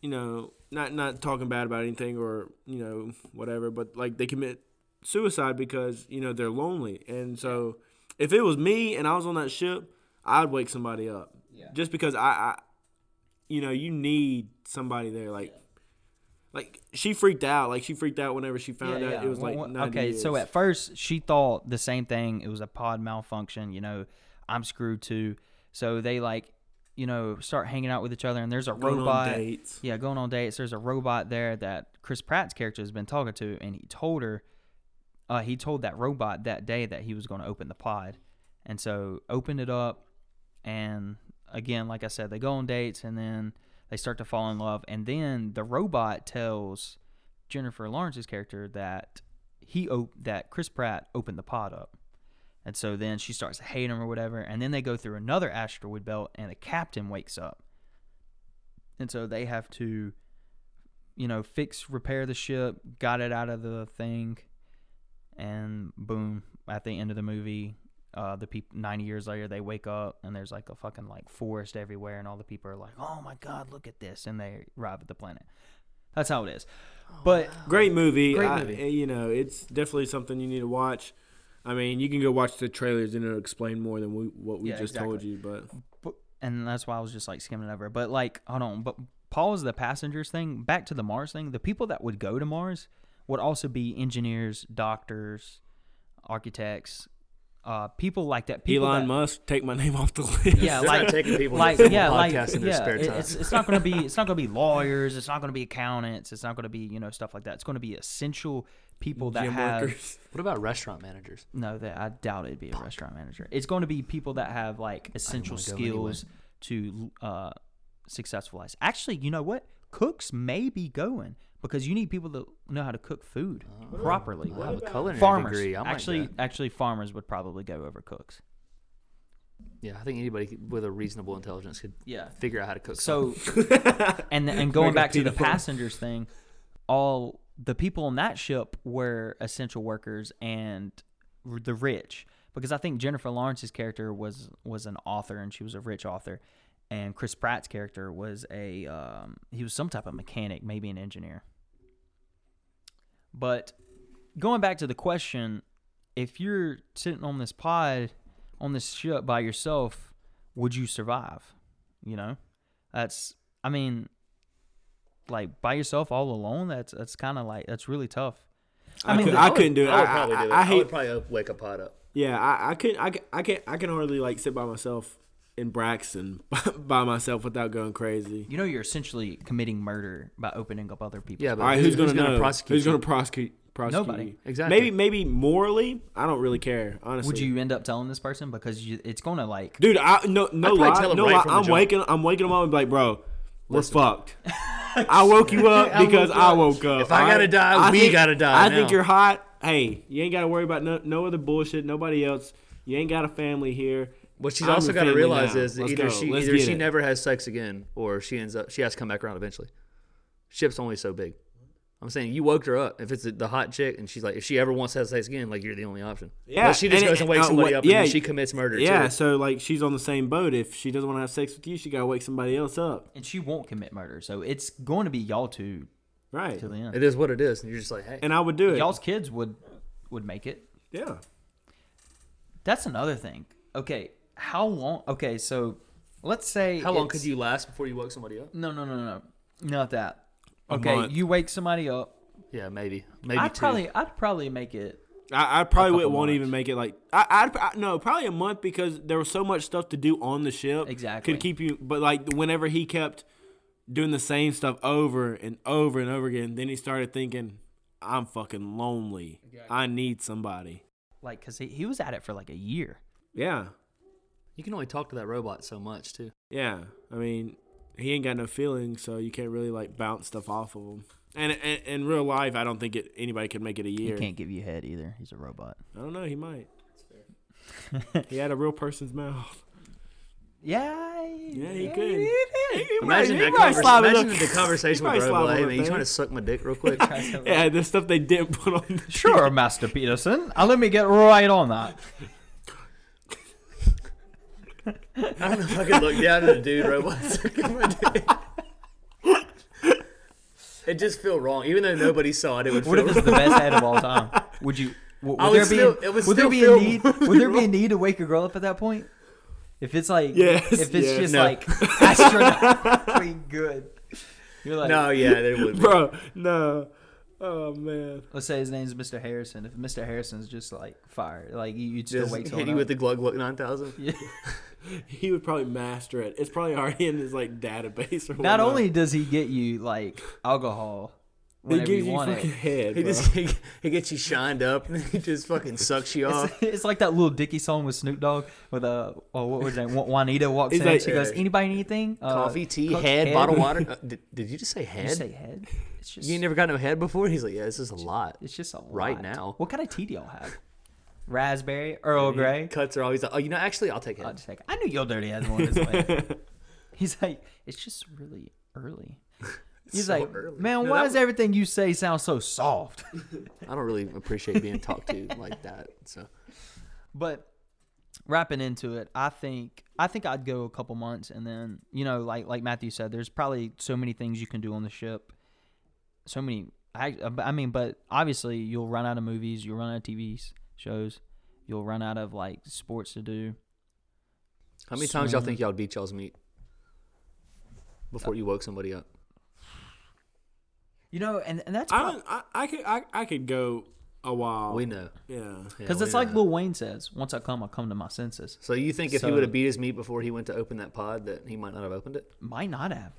[SPEAKER 3] you know, not not talking bad about anything or you know whatever, but like they commit suicide because you know they're lonely. And so, if it was me and I was on that ship, I'd wake somebody up. Yeah. Just because I, I, you know, you need somebody there, like. Like she freaked out. Like she freaked out whenever she found out it was like
[SPEAKER 1] Well,
[SPEAKER 3] 90
[SPEAKER 1] okay. So
[SPEAKER 3] years.
[SPEAKER 1] at first she thought the same thing. It was a pod malfunction. You know, I'm screwed too. So they like, you know, start hanging out with each other, and there's a
[SPEAKER 3] Going on
[SPEAKER 1] robot.
[SPEAKER 3] dates.
[SPEAKER 1] Yeah, going on dates. There's a robot there that Chris Pratt's character has been talking to, and he told her, uh, he told that robot that day that he was going to open the pod, and so opened it up, and again, like I said, they go on dates, and then they start to fall in love, and then the robot tells Jennifer Lawrence's character that he op- that Chris Pratt opened the pod up. And so then she starts to hate him or whatever, and then they go through another asteroid belt, and the captain wakes up, and so they have to, you know, fix, repair the ship, got it out of the thing, and boom! At the end of the movie, uh, the people ninety years later they wake up and there's like a fucking like forest everywhere, and all the people are like, "Oh my god, look at this!" and they arrive at the planet. That's how it is. But
[SPEAKER 3] Great movie.
[SPEAKER 1] Great
[SPEAKER 3] I-
[SPEAKER 1] movie.
[SPEAKER 3] uh, you know, it's definitely something you need to watch. I mean, you can go watch the trailers and it'll explain more than we, what we
[SPEAKER 1] Yeah,
[SPEAKER 3] just told you. But
[SPEAKER 1] but, and that's why I was just like skimming over. it. But like, hold on. But pause the passengers thing. Back to the Mars thing. The people that would go to Mars would also be engineers, doctors, architects, uh, people like that. People
[SPEAKER 3] Elon
[SPEAKER 1] that-
[SPEAKER 3] Musk, take my name off the list.
[SPEAKER 1] Yeah,
[SPEAKER 2] They're
[SPEAKER 1] like
[SPEAKER 2] not taking people
[SPEAKER 1] like
[SPEAKER 2] to the
[SPEAKER 1] yeah,
[SPEAKER 2] podcast
[SPEAKER 1] like
[SPEAKER 2] in their
[SPEAKER 1] yeah.
[SPEAKER 2] spare
[SPEAKER 1] it-
[SPEAKER 2] time.
[SPEAKER 1] It's, it's not gonna be it's not gonna be lawyers. It's not gonna be accountants. It's not gonna be you know stuff like that. It's gonna be essential people that
[SPEAKER 3] Gym
[SPEAKER 1] have
[SPEAKER 3] workers.
[SPEAKER 2] what about restaurant managers?
[SPEAKER 1] no, that I doubt it'd be a restaurant manager. It's going to be people that have like essential
[SPEAKER 2] wanna go anyway.
[SPEAKER 1] skills to uh, successful lives. Actually, you know what? Cooks may be going because you need people that know how to cook food properly.
[SPEAKER 2] Oh. I have a culinary
[SPEAKER 1] Farmers
[SPEAKER 2] degree. I might
[SPEAKER 1] actually,
[SPEAKER 2] go.
[SPEAKER 1] actually, farmers would probably go over cooks.
[SPEAKER 2] yeah, I think anybody could- with a reasonable intelligence could
[SPEAKER 1] Yeah.
[SPEAKER 2] figure out how to cook. something.
[SPEAKER 1] So, and and going back to the passengers thing, all the people on that ship were essential workers and r- the rich because I think Jennifer Lawrence's character was was an author and she was a rich author, and Chris Pratt's character was a um, he was some type of mechanic, maybe an engineer. But going back to the question, if you're sitting on this pod on this ship by yourself, would you survive? You know, that's I mean, like by yourself all alone. That's that's kind of like that's really tough.
[SPEAKER 3] I, could, I couldn't do it.
[SPEAKER 2] I
[SPEAKER 3] I,
[SPEAKER 2] would probably
[SPEAKER 3] I-
[SPEAKER 2] do it.
[SPEAKER 3] I
[SPEAKER 2] I
[SPEAKER 3] hate.
[SPEAKER 2] would probably up- wake a pot up.
[SPEAKER 3] Yeah, I, I could. I, c- I can. I can hardly like sit by myself in Braxton by myself without going crazy.
[SPEAKER 1] You know, you're essentially committing murder by opening up other people.
[SPEAKER 2] Yeah, but
[SPEAKER 3] All right,
[SPEAKER 2] who-
[SPEAKER 3] who's, gonna,
[SPEAKER 2] gonna
[SPEAKER 3] know?
[SPEAKER 2] prosecute?
[SPEAKER 3] who's
[SPEAKER 2] you?
[SPEAKER 3] gonna prosecute prosecute
[SPEAKER 1] Nobody.
[SPEAKER 3] you.
[SPEAKER 2] Exactly.
[SPEAKER 3] Maybe maybe morally, I don't really care. Honestly,
[SPEAKER 1] Would you end up telling this person because you, it's going to like
[SPEAKER 3] dude? I no no
[SPEAKER 2] I'd probably
[SPEAKER 3] lie,
[SPEAKER 2] tell him
[SPEAKER 3] no
[SPEAKER 2] right
[SPEAKER 3] lie.
[SPEAKER 2] from the
[SPEAKER 3] I'm
[SPEAKER 2] jump.
[SPEAKER 3] waking I'm waking them up and be like, bro, we're fucked. I woke you up because I woke up.
[SPEAKER 2] If I
[SPEAKER 3] all
[SPEAKER 2] gotta die, we
[SPEAKER 3] think-
[SPEAKER 2] gotta die
[SPEAKER 3] I think
[SPEAKER 2] now.
[SPEAKER 3] you're hot. Hey, you ain't gotta worry about no, no other bullshit. Nobody else. You ain't got a family here.
[SPEAKER 2] What she's
[SPEAKER 3] I'm
[SPEAKER 2] also
[SPEAKER 3] your
[SPEAKER 2] got to
[SPEAKER 3] family
[SPEAKER 2] realize
[SPEAKER 3] now.
[SPEAKER 2] is that
[SPEAKER 3] Let's
[SPEAKER 2] either
[SPEAKER 3] go.
[SPEAKER 2] she
[SPEAKER 3] Let's
[SPEAKER 2] either
[SPEAKER 3] get
[SPEAKER 2] she
[SPEAKER 3] it.
[SPEAKER 2] never has sex again, or she ends up she has to come back around eventually. Ship's only so big. I'm saying you woke her up. If it's the hot chick, and she's like, if she ever wants to have sex again, like you're the only option.
[SPEAKER 3] Yeah,
[SPEAKER 2] Yeah, she just
[SPEAKER 3] and
[SPEAKER 2] goes
[SPEAKER 3] it-
[SPEAKER 2] and wakes
[SPEAKER 3] uh,
[SPEAKER 2] somebody
[SPEAKER 3] what-
[SPEAKER 2] up, and
[SPEAKER 3] yeah,
[SPEAKER 2] then she commits murder.
[SPEAKER 3] Yeah,
[SPEAKER 2] too.
[SPEAKER 3] so like she's on the same boat. If she doesn't want to have sex with you, she gotta wake somebody else up.
[SPEAKER 1] and she won't commit murder. So it's going to be y'all two
[SPEAKER 3] Right.
[SPEAKER 1] till the end.
[SPEAKER 2] it is what it is, and you're just like, hey,
[SPEAKER 3] And I would do it.
[SPEAKER 1] Y'all's kids would would make it.
[SPEAKER 3] yeah.
[SPEAKER 1] That's another thing. Okay, how long? Okay, so let's say
[SPEAKER 2] how long
[SPEAKER 1] it's-
[SPEAKER 2] could you last before you woke somebody up?
[SPEAKER 1] No, no, no, no, not that.
[SPEAKER 3] A
[SPEAKER 1] Okay,
[SPEAKER 3] month.
[SPEAKER 1] you wake somebody up.
[SPEAKER 2] Yeah, maybe, maybe
[SPEAKER 1] I'd
[SPEAKER 2] two.
[SPEAKER 1] probably, I'd probably make it.
[SPEAKER 3] I, I probably would,
[SPEAKER 1] couple
[SPEAKER 3] won't
[SPEAKER 1] months.
[SPEAKER 3] even make it like I, I'd I, no probably a month because there was so much stuff to do on the ship.
[SPEAKER 1] Exactly.
[SPEAKER 3] could keep you, but like whenever he kept doing the same stuff over and over and over again, then he started thinking, "I'm fucking lonely. I need somebody."
[SPEAKER 1] Like, cause he, he was at it for like a year.
[SPEAKER 3] Yeah,
[SPEAKER 2] you can only talk to that robot so much too.
[SPEAKER 3] yeah. I mean, he ain't got no feelings, so you can't really like bounce stuff off of him. And and- in real life, I don't think it, anybody could make it a year.
[SPEAKER 1] He can't give you head either. He's a robot.
[SPEAKER 3] I don't know. He might. he had a real person's mouth.
[SPEAKER 1] Yeah.
[SPEAKER 3] Yeah, he could.
[SPEAKER 2] Imagine
[SPEAKER 3] He
[SPEAKER 2] that
[SPEAKER 3] probably slobbed
[SPEAKER 2] conversation. Imagine
[SPEAKER 3] it up.
[SPEAKER 2] the
[SPEAKER 3] He
[SPEAKER 2] conversation with
[SPEAKER 3] probably
[SPEAKER 2] the robot.
[SPEAKER 3] slobbed
[SPEAKER 2] Like,
[SPEAKER 3] it
[SPEAKER 2] hey
[SPEAKER 3] up,
[SPEAKER 2] man, you
[SPEAKER 3] man.
[SPEAKER 2] trying to suck my dick real quick?
[SPEAKER 3] Yeah, the stuff they didn't put on. The
[SPEAKER 1] Sure, Master Peterson. Uh, let me get right on that.
[SPEAKER 2] I don't know if I could look down at a dude robot sucking my dick. It just feel wrong, even though nobody saw it. It would
[SPEAKER 1] What if
[SPEAKER 2] feel
[SPEAKER 1] it's the
[SPEAKER 2] wrong.
[SPEAKER 1] best head of all time? Would you? w- Would,
[SPEAKER 2] I
[SPEAKER 1] there
[SPEAKER 2] would
[SPEAKER 1] be?
[SPEAKER 2] still- it would
[SPEAKER 1] would there
[SPEAKER 2] still
[SPEAKER 1] be a
[SPEAKER 2] feel
[SPEAKER 1] need? Would there be a need to wake a girl up at that point? If it's like,
[SPEAKER 3] Yes,
[SPEAKER 1] if it's
[SPEAKER 3] yes.
[SPEAKER 1] just
[SPEAKER 3] No.
[SPEAKER 1] like astronomically good, you're like,
[SPEAKER 2] No, yeah, there would. Be.
[SPEAKER 3] Bro, no. Oh man.
[SPEAKER 1] let's say his name's Mr. Harrison. If Mr. Harrison's just like fire, like you, you'd still
[SPEAKER 2] Just
[SPEAKER 1] wake
[SPEAKER 2] hit
[SPEAKER 1] someone
[SPEAKER 2] you
[SPEAKER 1] up.
[SPEAKER 2] with the Glug Glug 9000.
[SPEAKER 3] He would probably master it. It's probably already in his like database or
[SPEAKER 1] Not
[SPEAKER 3] whatnot.
[SPEAKER 1] only does he get you like alcohol
[SPEAKER 3] they
[SPEAKER 1] whenever
[SPEAKER 3] give
[SPEAKER 1] you
[SPEAKER 3] you
[SPEAKER 1] want
[SPEAKER 3] fucking
[SPEAKER 1] it,
[SPEAKER 3] head.
[SPEAKER 2] He
[SPEAKER 3] bro.
[SPEAKER 2] just he, he gets you shined up, and he just fucking sucks you off.
[SPEAKER 1] it's, it's like that little Dicky song with Snoop Dogg with uh, oh, what was that? Ju- Juanita walks
[SPEAKER 3] He's
[SPEAKER 1] in.
[SPEAKER 3] like,
[SPEAKER 1] she goes,
[SPEAKER 2] uh,
[SPEAKER 1] "Anybody need anything? Uh,
[SPEAKER 2] Coffee, tea,
[SPEAKER 1] Coke,
[SPEAKER 2] head, bottle water. Uh, did, did you just say
[SPEAKER 1] You
[SPEAKER 2] head? You,
[SPEAKER 1] say head? It's just
[SPEAKER 2] never got no head before. He's like, yeah, this is a lot.
[SPEAKER 1] It's just a
[SPEAKER 2] Right
[SPEAKER 1] lot.
[SPEAKER 2] now.
[SPEAKER 1] What kind of tea do y'all have? Raspberry, Earl Grey.
[SPEAKER 2] Cuts are always like, oh, you know, actually, I'll take
[SPEAKER 1] I'll
[SPEAKER 2] head.
[SPEAKER 1] just take. I knew your dirty ass one this way. He's like, it's just really early. He's
[SPEAKER 2] so
[SPEAKER 1] like,
[SPEAKER 2] early.
[SPEAKER 1] man,
[SPEAKER 2] No,
[SPEAKER 1] why
[SPEAKER 2] that
[SPEAKER 1] does everything you say sound so soft?
[SPEAKER 2] I don't really appreciate being talked to like that. So
[SPEAKER 1] but wrapping into it, I think I think I'd go a couple months, and then you know, like like Matthew said, there's probably so many things you can do on the ship. So many. I I mean, but obviously you'll run out of movies, you'll run out of TV shows, you'll run out of like sports to do.
[SPEAKER 2] How many times y'all think y'all beat y'all's meat before you woke somebody up?
[SPEAKER 1] You know, and, and that's
[SPEAKER 3] I don't. I, I could. I, I could go a while.
[SPEAKER 2] We know.
[SPEAKER 3] Yeah.
[SPEAKER 1] because
[SPEAKER 2] Yeah,
[SPEAKER 1] it's
[SPEAKER 2] we
[SPEAKER 1] like
[SPEAKER 2] know.
[SPEAKER 1] Lil Wayne says, "Once I come, I come to my senses."
[SPEAKER 2] So you think if he
[SPEAKER 1] So-
[SPEAKER 2] would have beat his meat before he went to open that pod, that he might not have opened it?
[SPEAKER 1] Might not have,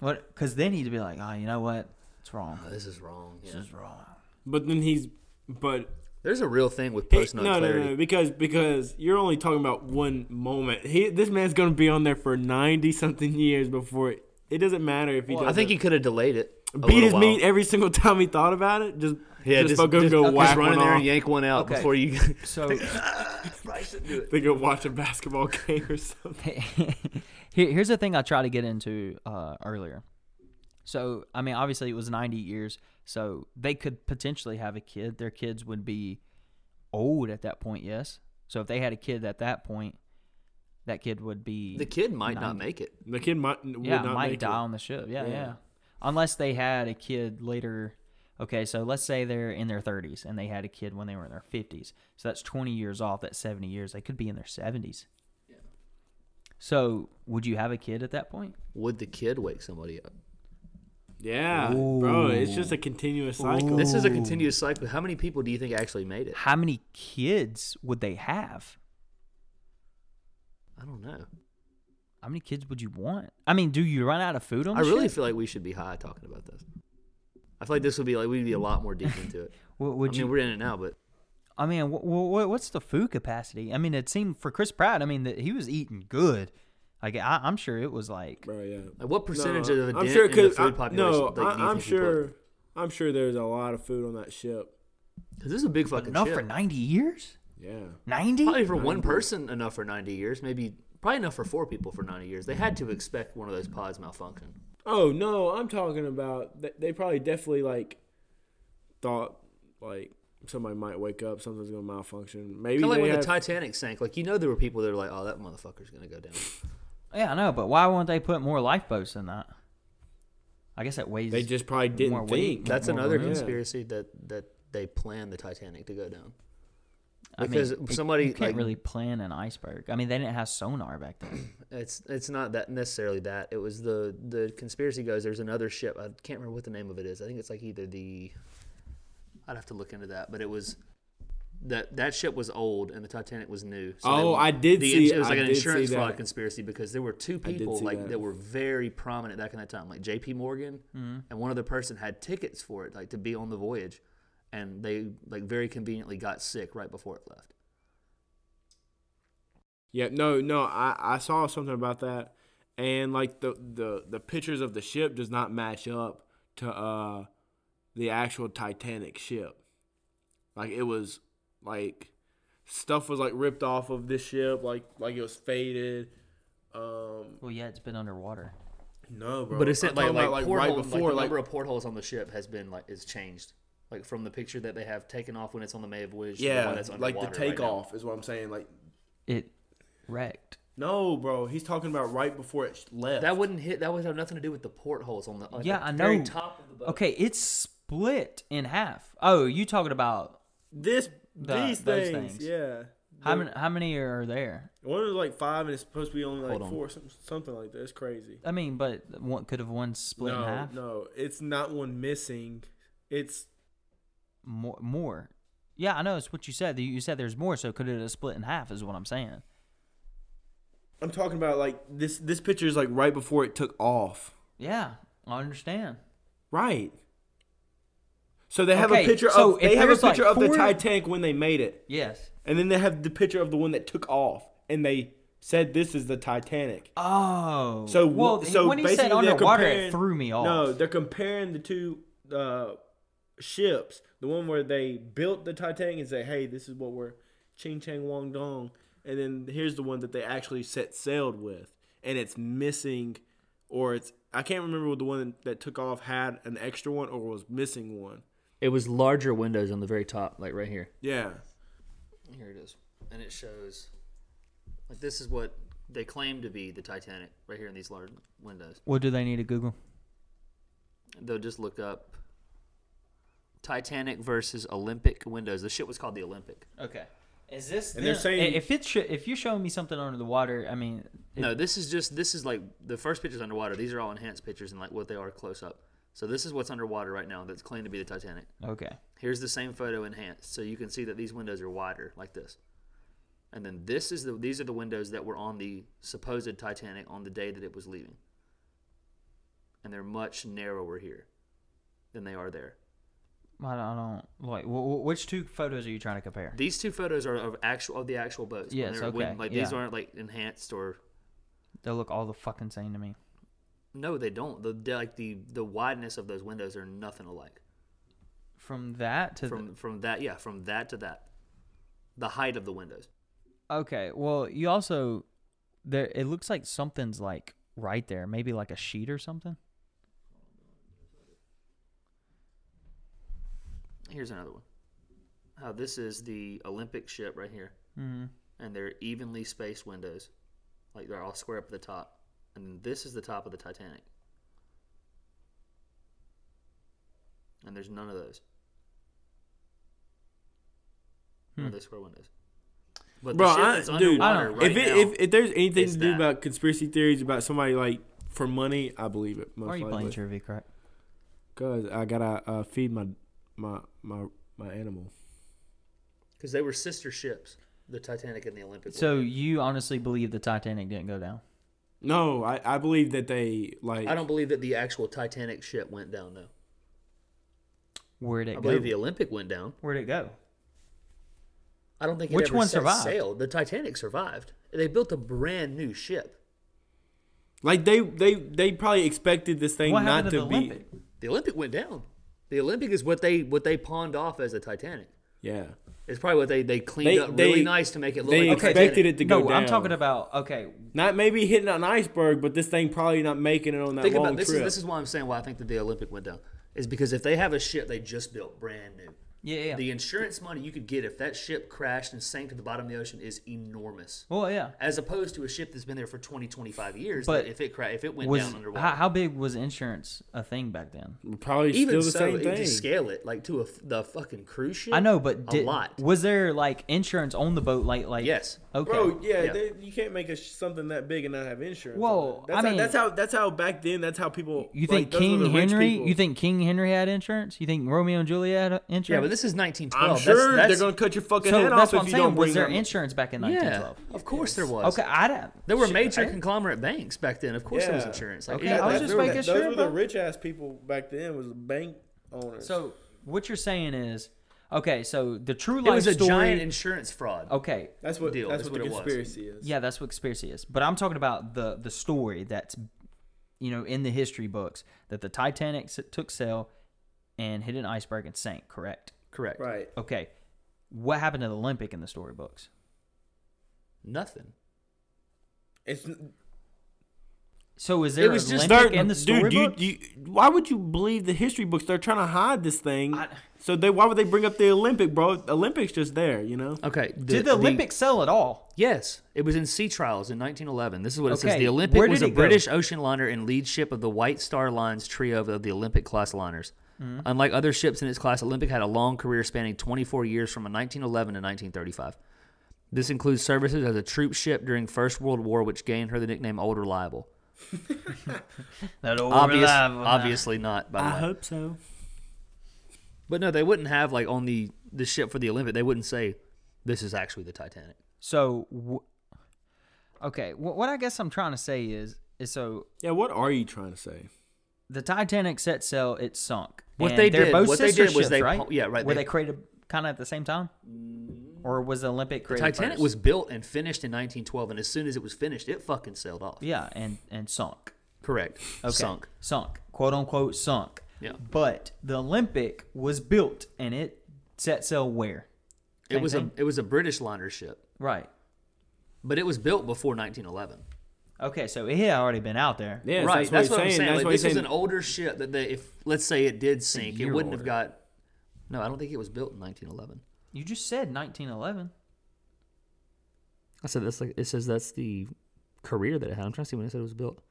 [SPEAKER 1] what? Because then he'd be like, "Oh, you know what? It's wrong.
[SPEAKER 2] Oh, this is wrong. Yeah.
[SPEAKER 1] It's wrong."
[SPEAKER 3] But then he's. But
[SPEAKER 2] There's a real thing with
[SPEAKER 3] he-
[SPEAKER 2] post nut
[SPEAKER 3] no, no,
[SPEAKER 2] clarity.
[SPEAKER 3] no, because because you're only talking about one moment. He, this man's gonna be on there for ninety something years before it. It doesn't matter if he does.
[SPEAKER 2] I think he could have delayed it. a
[SPEAKER 3] beat
[SPEAKER 2] little
[SPEAKER 3] his
[SPEAKER 2] while.
[SPEAKER 3] meat every single time he thought about it. Just
[SPEAKER 2] Yeah,
[SPEAKER 3] just,
[SPEAKER 2] just,
[SPEAKER 3] fucking
[SPEAKER 2] just,
[SPEAKER 3] go
[SPEAKER 2] just
[SPEAKER 3] whack
[SPEAKER 2] run
[SPEAKER 3] one
[SPEAKER 2] in there
[SPEAKER 3] off.
[SPEAKER 2] and yank one out
[SPEAKER 1] Okay.
[SPEAKER 2] before you.
[SPEAKER 1] So.
[SPEAKER 2] I should do it.
[SPEAKER 3] They go watch a basketball game or something.
[SPEAKER 1] Here- here's the thing I try to get into uh, earlier. So, I mean, obviously it was 90 years, so they could potentially have a kid. Their kids would be old at that point, yes. So, if they had a kid at that point, that kid would be
[SPEAKER 2] The kid might not
[SPEAKER 1] Nine.
[SPEAKER 2] make it.
[SPEAKER 3] The kid might would
[SPEAKER 1] yeah,
[SPEAKER 3] not
[SPEAKER 1] might
[SPEAKER 3] make
[SPEAKER 1] die
[SPEAKER 3] it.
[SPEAKER 1] on the ship. Yeah,
[SPEAKER 3] Yeah.
[SPEAKER 1] yeah, Unless they had a kid later. Okay, so let's say they're in their 30s and they had a kid when they were in their 50s. So that's 20 years off. That's 70 years. They could be in their 70s. So would you have a kid at that point?
[SPEAKER 2] Would the kid wake somebody up?
[SPEAKER 3] Yeah, bro, it's just a continuous cycle.
[SPEAKER 2] This is a continuous cycle. How many people do you think actually made it?
[SPEAKER 1] How many kids would they have?
[SPEAKER 2] I don't know.
[SPEAKER 1] How many kids would you want? I mean, do you run out of food on?
[SPEAKER 2] I
[SPEAKER 1] the
[SPEAKER 2] really
[SPEAKER 1] ship?
[SPEAKER 2] feel like we should be high talking about this. I feel like this would be like we'd be a lot more deep into it.
[SPEAKER 1] What
[SPEAKER 2] I
[SPEAKER 1] would
[SPEAKER 2] mean,
[SPEAKER 1] you?
[SPEAKER 2] we're in it now, but
[SPEAKER 1] I mean, wh- wh- what's the food capacity? I mean, it seemed for Chris Pratt. I mean, that he was eating good. Like I, I'm sure it was like
[SPEAKER 3] bro. Yeah.
[SPEAKER 2] like, what percentage
[SPEAKER 3] No,
[SPEAKER 2] of the
[SPEAKER 3] I'm
[SPEAKER 2] dent
[SPEAKER 3] sure
[SPEAKER 2] in the
[SPEAKER 3] 'cause
[SPEAKER 2] food
[SPEAKER 3] I-
[SPEAKER 2] population?
[SPEAKER 3] No,
[SPEAKER 2] like, do you
[SPEAKER 3] I, am
[SPEAKER 2] think he put?
[SPEAKER 3] sure. I'm sure there's a lot of food on that ship.
[SPEAKER 2] 'Cause this is a big fucking
[SPEAKER 1] enough
[SPEAKER 2] ship.
[SPEAKER 1] for 90 years.
[SPEAKER 3] Yeah.
[SPEAKER 1] 90?
[SPEAKER 2] Probably for one person, enough for 90 years. Maybe probably enough for four people for 90 years. They had to expect one of those pods malfunction.
[SPEAKER 3] Oh no, I'm talking about th- they probably definitely like thought like somebody might wake up, something's gonna malfunction. Maybe
[SPEAKER 2] Kind of like
[SPEAKER 3] they
[SPEAKER 2] when
[SPEAKER 3] have,
[SPEAKER 2] the Titanic sank. Like you know, there were people that were like, "Oh, that motherfucker's gonna go down."
[SPEAKER 1] Yeah, I know, but why won't they put more lifeboats than that? I guess that weighs.
[SPEAKER 3] they just probably
[SPEAKER 1] more
[SPEAKER 3] didn't
[SPEAKER 1] weight.
[SPEAKER 3] think.
[SPEAKER 2] That's
[SPEAKER 1] More
[SPEAKER 2] another
[SPEAKER 1] room.
[SPEAKER 2] conspiracy that that they planned the Titanic to go down.
[SPEAKER 1] I mean,
[SPEAKER 2] because
[SPEAKER 1] it-
[SPEAKER 2] somebody,
[SPEAKER 1] you can't
[SPEAKER 2] like-
[SPEAKER 1] really plan an iceberg. I mean, they didn't have sonar back then.
[SPEAKER 2] It's it's not that necessarily that. It was the the conspiracy goes. There's another ship. I can't remember what the name of it is. I think it's like either the. I'd have to look into that, but it was. That, that ship was old and the Titanic was new. So they
[SPEAKER 3] Oh,
[SPEAKER 2] were-
[SPEAKER 3] I did
[SPEAKER 2] the,
[SPEAKER 3] see-
[SPEAKER 2] ins- It was
[SPEAKER 3] I
[SPEAKER 2] like an
[SPEAKER 3] did see
[SPEAKER 2] insurance fraud
[SPEAKER 3] that.
[SPEAKER 2] conspiracy because there were two
[SPEAKER 3] did
[SPEAKER 2] people
[SPEAKER 3] see
[SPEAKER 2] like
[SPEAKER 3] that.
[SPEAKER 2] that. were very prominent back in that time, like J.P. Morgan, and one other person had tickets for it, like to be on the voyage, and they like very conveniently got sick right before it left.
[SPEAKER 3] Yeah, no, no, I, I saw something about that, and like the, the the pictures of the ship does not match up to uh the actual Titanic ship. Like it was like stuff was like ripped off of this ship, like like it was faded. Um,
[SPEAKER 1] Well, yeah, it's been underwater.
[SPEAKER 3] no, bro.
[SPEAKER 2] But it's
[SPEAKER 3] I'm
[SPEAKER 2] like like,
[SPEAKER 3] talking about,
[SPEAKER 2] porthole-
[SPEAKER 3] right
[SPEAKER 2] like,
[SPEAKER 3] before,
[SPEAKER 2] the
[SPEAKER 3] like,
[SPEAKER 2] number of portholes on the ship has been like is changed, like from the picture that they have taken off when it's on the May of Wish. to the one
[SPEAKER 3] yeah,
[SPEAKER 2] that's
[SPEAKER 3] like the
[SPEAKER 2] underwater right now.
[SPEAKER 3] takeoff is what I'm saying. Like
[SPEAKER 1] It wrecked.
[SPEAKER 3] no, bro, he's talking about right before it left.
[SPEAKER 2] that wouldn't hit. That would have nothing to do with the portholes on the like,
[SPEAKER 1] Yeah,
[SPEAKER 2] the
[SPEAKER 1] I
[SPEAKER 2] Very
[SPEAKER 1] know.
[SPEAKER 2] top of the boat.
[SPEAKER 1] Okay, it's split in half. Oh, you talking about
[SPEAKER 3] this
[SPEAKER 1] That-
[SPEAKER 3] these
[SPEAKER 1] those
[SPEAKER 3] things,
[SPEAKER 1] things.
[SPEAKER 3] yeah.
[SPEAKER 1] how
[SPEAKER 3] The-
[SPEAKER 1] many? How many are there?
[SPEAKER 3] One was like five, and it's supposed to be only like
[SPEAKER 2] Hold on.
[SPEAKER 3] four, some- something like that. It's crazy.
[SPEAKER 1] I mean, but one could have one split in
[SPEAKER 3] No,
[SPEAKER 1] half.
[SPEAKER 3] no, it's not one missing. It's
[SPEAKER 1] More, more. Yeah, I know. It's what you said. You said there's more, so could it have split in half? Is what I'm saying.
[SPEAKER 3] I'm talking about like this. This picture is like right before it took off.
[SPEAKER 1] Yeah, I understand.
[SPEAKER 3] Right. So they have
[SPEAKER 1] Okay,
[SPEAKER 3] a picture
[SPEAKER 1] so
[SPEAKER 3] of
[SPEAKER 1] if
[SPEAKER 3] they have a
[SPEAKER 1] there's, like,
[SPEAKER 3] picture of the
[SPEAKER 1] four-
[SPEAKER 3] Titanic when they made it,
[SPEAKER 1] Yes.
[SPEAKER 3] and then they have the picture of the one that took off, and they said this is the Titanic.
[SPEAKER 1] Oh.
[SPEAKER 3] So
[SPEAKER 1] well,
[SPEAKER 3] wh- so
[SPEAKER 1] when he said
[SPEAKER 3] basically they're
[SPEAKER 1] underwater,
[SPEAKER 3] comparing-
[SPEAKER 1] it threw me off.
[SPEAKER 3] No, they're comparing the two uh, ships. The one where they built the Titanic and say, "Hey, this is what we're Ching Chang Wong Dong," and then here's the one that they actually set sailed with, and it's missing, or it's I can't remember what the one that took off had an extra one or was missing one.
[SPEAKER 2] It was larger windows on the very top, like right here.
[SPEAKER 3] Yeah,
[SPEAKER 2] Here it is, and it shows. Like this is what they claim to be the Titanic, right here in these large windows.
[SPEAKER 1] What do they need to Google?
[SPEAKER 2] They'll just look up Titanic versus Olympic windows. The shit was called the Olympic.
[SPEAKER 1] Okay. Is this?
[SPEAKER 3] And they're
[SPEAKER 1] them?
[SPEAKER 3] saying-
[SPEAKER 1] if it's sho- if you're showing me something under the water, I mean, it-
[SPEAKER 2] No, this is just this is like the first picture's underwater. These are all enhanced pictures and like what they are close up. So this is what's underwater right now that's claimed to be the Titanic.
[SPEAKER 1] okay.
[SPEAKER 2] Here's the same photo enhanced, so you can see that these windows are wider like this. And then this is the these are the windows that were on the supposed Titanic on the day that it was leaving. And they're much narrower here than they are there.
[SPEAKER 1] I don't, I don't like. Wh- wh- which two photos are you trying to compare?
[SPEAKER 2] These two photos are of actual of the actual boats. when
[SPEAKER 1] Yes,
[SPEAKER 2] they're- when-
[SPEAKER 1] okay,
[SPEAKER 2] like these
[SPEAKER 1] yeah.
[SPEAKER 2] aren't like enhanced or
[SPEAKER 1] They look all the fucking same to me.
[SPEAKER 2] no, they don't. The they're, like the the wideness of those windows are nothing alike.
[SPEAKER 1] From that to
[SPEAKER 2] from from that yeah from that to that the height of the windows
[SPEAKER 1] the, okay. Well, you also there. It looks like something's like right there. Maybe like a sheet or something.
[SPEAKER 2] here's another one how this is the olympic ship right here
[SPEAKER 1] Mm-hmm.
[SPEAKER 2] and they're evenly spaced windows like they're all square up at the top and then this is the top of the titanic and there's none of those none of those square windows but
[SPEAKER 3] Hmm. Bro,
[SPEAKER 2] the ship
[SPEAKER 3] I-
[SPEAKER 2] is
[SPEAKER 3] dude,
[SPEAKER 1] I
[SPEAKER 2] underwater
[SPEAKER 1] don't-
[SPEAKER 2] right
[SPEAKER 3] if, it,
[SPEAKER 2] now.
[SPEAKER 3] if if there's anything
[SPEAKER 2] it's
[SPEAKER 3] to do
[SPEAKER 2] that.
[SPEAKER 3] about conspiracy theories about somebody like for money, I believe it. Most
[SPEAKER 1] Why are you playing
[SPEAKER 3] likely.
[SPEAKER 1] trivia crack?
[SPEAKER 3] Cause I gotta uh, feed my my my my animal.
[SPEAKER 2] because they were sister ships the titanic and the olympic were.
[SPEAKER 1] So you honestly believe the Titanic didn't go down?
[SPEAKER 3] No, I, I believe that they like.
[SPEAKER 2] I don't believe that the actual Titanic ship went down though.
[SPEAKER 1] Where'd it
[SPEAKER 2] I
[SPEAKER 1] go?
[SPEAKER 2] believe the Olympic went down.
[SPEAKER 1] Where'd it go?
[SPEAKER 2] I don't think it
[SPEAKER 1] Which
[SPEAKER 2] ever
[SPEAKER 1] one
[SPEAKER 2] set
[SPEAKER 1] survived?
[SPEAKER 2] sail. The Titanic survived. They built a brand new ship.
[SPEAKER 3] Like they they they probably expected this thing
[SPEAKER 1] What
[SPEAKER 3] not
[SPEAKER 1] happened
[SPEAKER 3] to,
[SPEAKER 1] to the
[SPEAKER 3] be.
[SPEAKER 1] Olympic?
[SPEAKER 2] The Olympic went down. The Olympic is what they what they pawned off as the Titanic.
[SPEAKER 3] Yeah.
[SPEAKER 2] It's probably what they they cleaned
[SPEAKER 3] They-
[SPEAKER 2] up really
[SPEAKER 3] they-
[SPEAKER 2] nice to make it look
[SPEAKER 3] They
[SPEAKER 2] like the
[SPEAKER 3] expected
[SPEAKER 2] Titanic.
[SPEAKER 3] it to go
[SPEAKER 1] No,
[SPEAKER 3] down.
[SPEAKER 1] I'm talking about okay.
[SPEAKER 3] not maybe hitting an iceberg, but this thing probably not making it on that
[SPEAKER 2] Think
[SPEAKER 3] long
[SPEAKER 2] about this is
[SPEAKER 3] trip.
[SPEAKER 2] this is why I'm saying why I think that the Olympic went down is because if they have a ship they just built brand new,
[SPEAKER 1] Yeah, yeah.
[SPEAKER 2] the insurance money you could get if that ship crashed and sank to the bottom of the ocean is enormous.
[SPEAKER 1] well, yeah.
[SPEAKER 2] As opposed to a ship that's been there for 20, 25 years,
[SPEAKER 1] But
[SPEAKER 2] that if it cra- if it went
[SPEAKER 1] Was
[SPEAKER 2] down underwater,
[SPEAKER 1] how, how big was insurance a thing back then?
[SPEAKER 3] probably
[SPEAKER 2] even
[SPEAKER 3] still the
[SPEAKER 2] so,
[SPEAKER 3] same
[SPEAKER 2] if
[SPEAKER 3] thing.
[SPEAKER 2] you scale it like to a f the fucking cruise ship.
[SPEAKER 1] I know, but
[SPEAKER 2] a
[SPEAKER 1] did,
[SPEAKER 2] lot.
[SPEAKER 1] was there like insurance on the boat? Like, like
[SPEAKER 2] Yes.
[SPEAKER 1] Okay.
[SPEAKER 3] Bro, yeah,
[SPEAKER 2] Yeah.
[SPEAKER 3] They, you can't make a sh- something that big and not have insurance.
[SPEAKER 1] Whoa,
[SPEAKER 3] on it. that's
[SPEAKER 1] I
[SPEAKER 3] how,
[SPEAKER 1] mean-
[SPEAKER 3] that's how that's how back then that's how people.
[SPEAKER 1] you
[SPEAKER 3] like,
[SPEAKER 1] think
[SPEAKER 3] those were the
[SPEAKER 1] King
[SPEAKER 3] rich
[SPEAKER 1] Henry?
[SPEAKER 3] people.
[SPEAKER 1] You think King Henry had insurance? You think Romeo and Juliet had insurance?
[SPEAKER 2] Yeah, but this is 1912.
[SPEAKER 3] I'm
[SPEAKER 2] That's-
[SPEAKER 3] sure
[SPEAKER 2] that's,
[SPEAKER 3] they're gonna cut your fucking
[SPEAKER 1] so
[SPEAKER 3] head
[SPEAKER 1] that's
[SPEAKER 3] off
[SPEAKER 1] what
[SPEAKER 3] if
[SPEAKER 1] I'm
[SPEAKER 3] you
[SPEAKER 1] saying.
[SPEAKER 3] don't bring
[SPEAKER 1] Was there
[SPEAKER 3] them-
[SPEAKER 1] insurance back in
[SPEAKER 2] Yeah,
[SPEAKER 1] 1912?
[SPEAKER 2] of course there was.
[SPEAKER 1] Okay, I don't.
[SPEAKER 2] There were
[SPEAKER 1] shit,
[SPEAKER 2] major
[SPEAKER 1] I-
[SPEAKER 2] conglomerate banks back then. Of course there was
[SPEAKER 3] Yeah.
[SPEAKER 2] insurance. Like,
[SPEAKER 1] Okay,
[SPEAKER 2] yeah,
[SPEAKER 1] I was
[SPEAKER 2] that-
[SPEAKER 1] just
[SPEAKER 3] Those were the-
[SPEAKER 1] making
[SPEAKER 3] Those
[SPEAKER 1] sure,
[SPEAKER 3] were the
[SPEAKER 1] bro.
[SPEAKER 3] rich ass people back then was bank owners.
[SPEAKER 1] So what you're saying is, okay, so the true
[SPEAKER 2] it
[SPEAKER 1] life
[SPEAKER 2] was a
[SPEAKER 1] story.
[SPEAKER 2] giant insurance fraud.
[SPEAKER 1] okay,
[SPEAKER 3] that's what
[SPEAKER 2] deal
[SPEAKER 3] that's
[SPEAKER 2] is
[SPEAKER 3] what the
[SPEAKER 2] what it was.
[SPEAKER 3] conspiracy is.
[SPEAKER 1] yeah, that's what conspiracy is. But I'm talking about the the story that's, you know, in the history books that the Titanic s- took sail and hit an iceberg and sank. Correct.
[SPEAKER 2] Correct.
[SPEAKER 3] Right.
[SPEAKER 1] Okay, what happened to the Olympic in the storybooks?
[SPEAKER 2] Nothing.
[SPEAKER 3] It's
[SPEAKER 1] So is there
[SPEAKER 2] was
[SPEAKER 1] an
[SPEAKER 2] just
[SPEAKER 1] Olympic
[SPEAKER 3] They're-
[SPEAKER 1] in the
[SPEAKER 3] dude, you,
[SPEAKER 1] storybook?
[SPEAKER 3] you, why would you believe the history books? They're trying to hide this thing.
[SPEAKER 1] I-
[SPEAKER 3] so they why would they bring up the Olympic, bro? Olympics just there, you know.
[SPEAKER 2] Okay.
[SPEAKER 1] Did the Olympics sell at all?
[SPEAKER 2] yes, it was in sea trials in 1911. This is what it says.
[SPEAKER 1] Okay,
[SPEAKER 2] The Olympic
[SPEAKER 1] where
[SPEAKER 2] was
[SPEAKER 1] did
[SPEAKER 2] a
[SPEAKER 1] it go?
[SPEAKER 2] British ocean liner and lead ship of the White Star Line's trio of the Olympic class liners.
[SPEAKER 1] Mm-hmm.
[SPEAKER 2] Unlike other ships in its class, Olympic had a long career spanning 24 years from 1911 to 1935. This includes services as a troop ship during First World War, which gained her the nickname Old Reliable.
[SPEAKER 1] That old
[SPEAKER 2] Obvious,
[SPEAKER 1] reliable-
[SPEAKER 2] obviously not. By the way,
[SPEAKER 3] hope so.
[SPEAKER 2] But no, they wouldn't have like on the the ship for the Olympic. They wouldn't say this is actually the Titanic.
[SPEAKER 1] So, w- okay, wh- what I guess I'm trying to say is, is so
[SPEAKER 3] Yeah, what are you trying to say?
[SPEAKER 1] the Titanic set sail, it sunk.
[SPEAKER 2] What
[SPEAKER 1] And
[SPEAKER 2] they
[SPEAKER 1] they're
[SPEAKER 2] did-
[SPEAKER 1] both
[SPEAKER 2] what they
[SPEAKER 1] sister
[SPEAKER 2] did was
[SPEAKER 1] ships,
[SPEAKER 2] they
[SPEAKER 1] right?
[SPEAKER 2] pu- yeah, right,
[SPEAKER 1] Were they,
[SPEAKER 2] they- Mm.
[SPEAKER 1] created kind of at the same time, or was the Olympic created
[SPEAKER 2] Titanic
[SPEAKER 1] first?
[SPEAKER 2] was built and finished in 1912, and as soon as it was finished, it fucking sailed off.
[SPEAKER 1] yeah, and and sunk.
[SPEAKER 2] Correct.
[SPEAKER 1] Okay.
[SPEAKER 2] Sunk.
[SPEAKER 1] Sunk. Quote unquote sunk.
[SPEAKER 2] Yeah.
[SPEAKER 1] But the Olympic was built and it set sail where?
[SPEAKER 2] it was
[SPEAKER 1] thing?
[SPEAKER 2] a it was a British liner ship,
[SPEAKER 1] Right.
[SPEAKER 2] but it was built before 1911.
[SPEAKER 1] Okay, so it had already been out there.
[SPEAKER 3] Yeah,
[SPEAKER 2] right.
[SPEAKER 3] That's,
[SPEAKER 2] That's, what I'm saying.
[SPEAKER 3] That's
[SPEAKER 2] Like,
[SPEAKER 3] what
[SPEAKER 2] this
[SPEAKER 3] he's
[SPEAKER 2] was
[SPEAKER 3] saying.
[SPEAKER 2] an older ship that they, if let's say it did sink, it
[SPEAKER 1] year
[SPEAKER 2] wouldn't have
[SPEAKER 1] older.
[SPEAKER 2] got. No, I don't think it was built in 1911.
[SPEAKER 1] You just said 1911.
[SPEAKER 2] I said that's like it says that's the career that it had. I'm trying to see when it said it was built.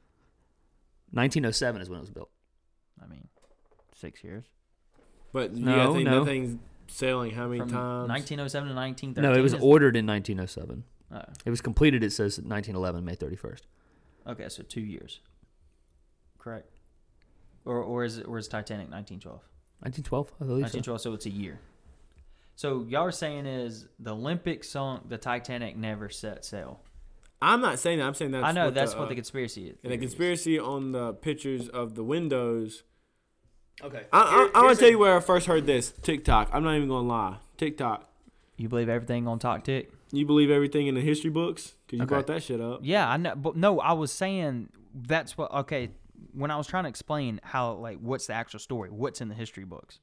[SPEAKER 2] 1907 is when it was built.
[SPEAKER 1] I mean, six years.
[SPEAKER 3] but
[SPEAKER 2] No,
[SPEAKER 3] you gotta think
[SPEAKER 2] no.
[SPEAKER 3] that thing's sailing how many
[SPEAKER 1] From
[SPEAKER 3] times?
[SPEAKER 1] 1907 to 1913.
[SPEAKER 2] No, it was
[SPEAKER 1] is-
[SPEAKER 2] ordered in 1907.
[SPEAKER 1] Oh,
[SPEAKER 2] It was completed. It says 1911, May 31st.
[SPEAKER 1] okay, so two years. Correct. Or or is it, or is Titanic 1912?
[SPEAKER 2] 1912, I believe. so.
[SPEAKER 1] 1912, so it's a year. So y'all are saying is the Olympic sunk, the Titanic never set sail.
[SPEAKER 3] I'm not saying that. I'm saying that's.
[SPEAKER 1] I know that's what the
[SPEAKER 3] uh,
[SPEAKER 1] conspiracy is.
[SPEAKER 3] and the conspiracy on the pictures of the windows.
[SPEAKER 2] Okay.
[SPEAKER 3] I, I, I'm gonna tell you where I first heard this. TikTok. I'm not even gonna lie. TikTok.
[SPEAKER 1] You believe everything on Talk Tick?
[SPEAKER 3] You believe everything in the history books? Cause you
[SPEAKER 2] Okay.
[SPEAKER 3] brought that shit up.
[SPEAKER 1] Yeah, I know, but no, I was saying that's what. Okay, when I was trying to explain how, like, what's the actual story, what's in the history books,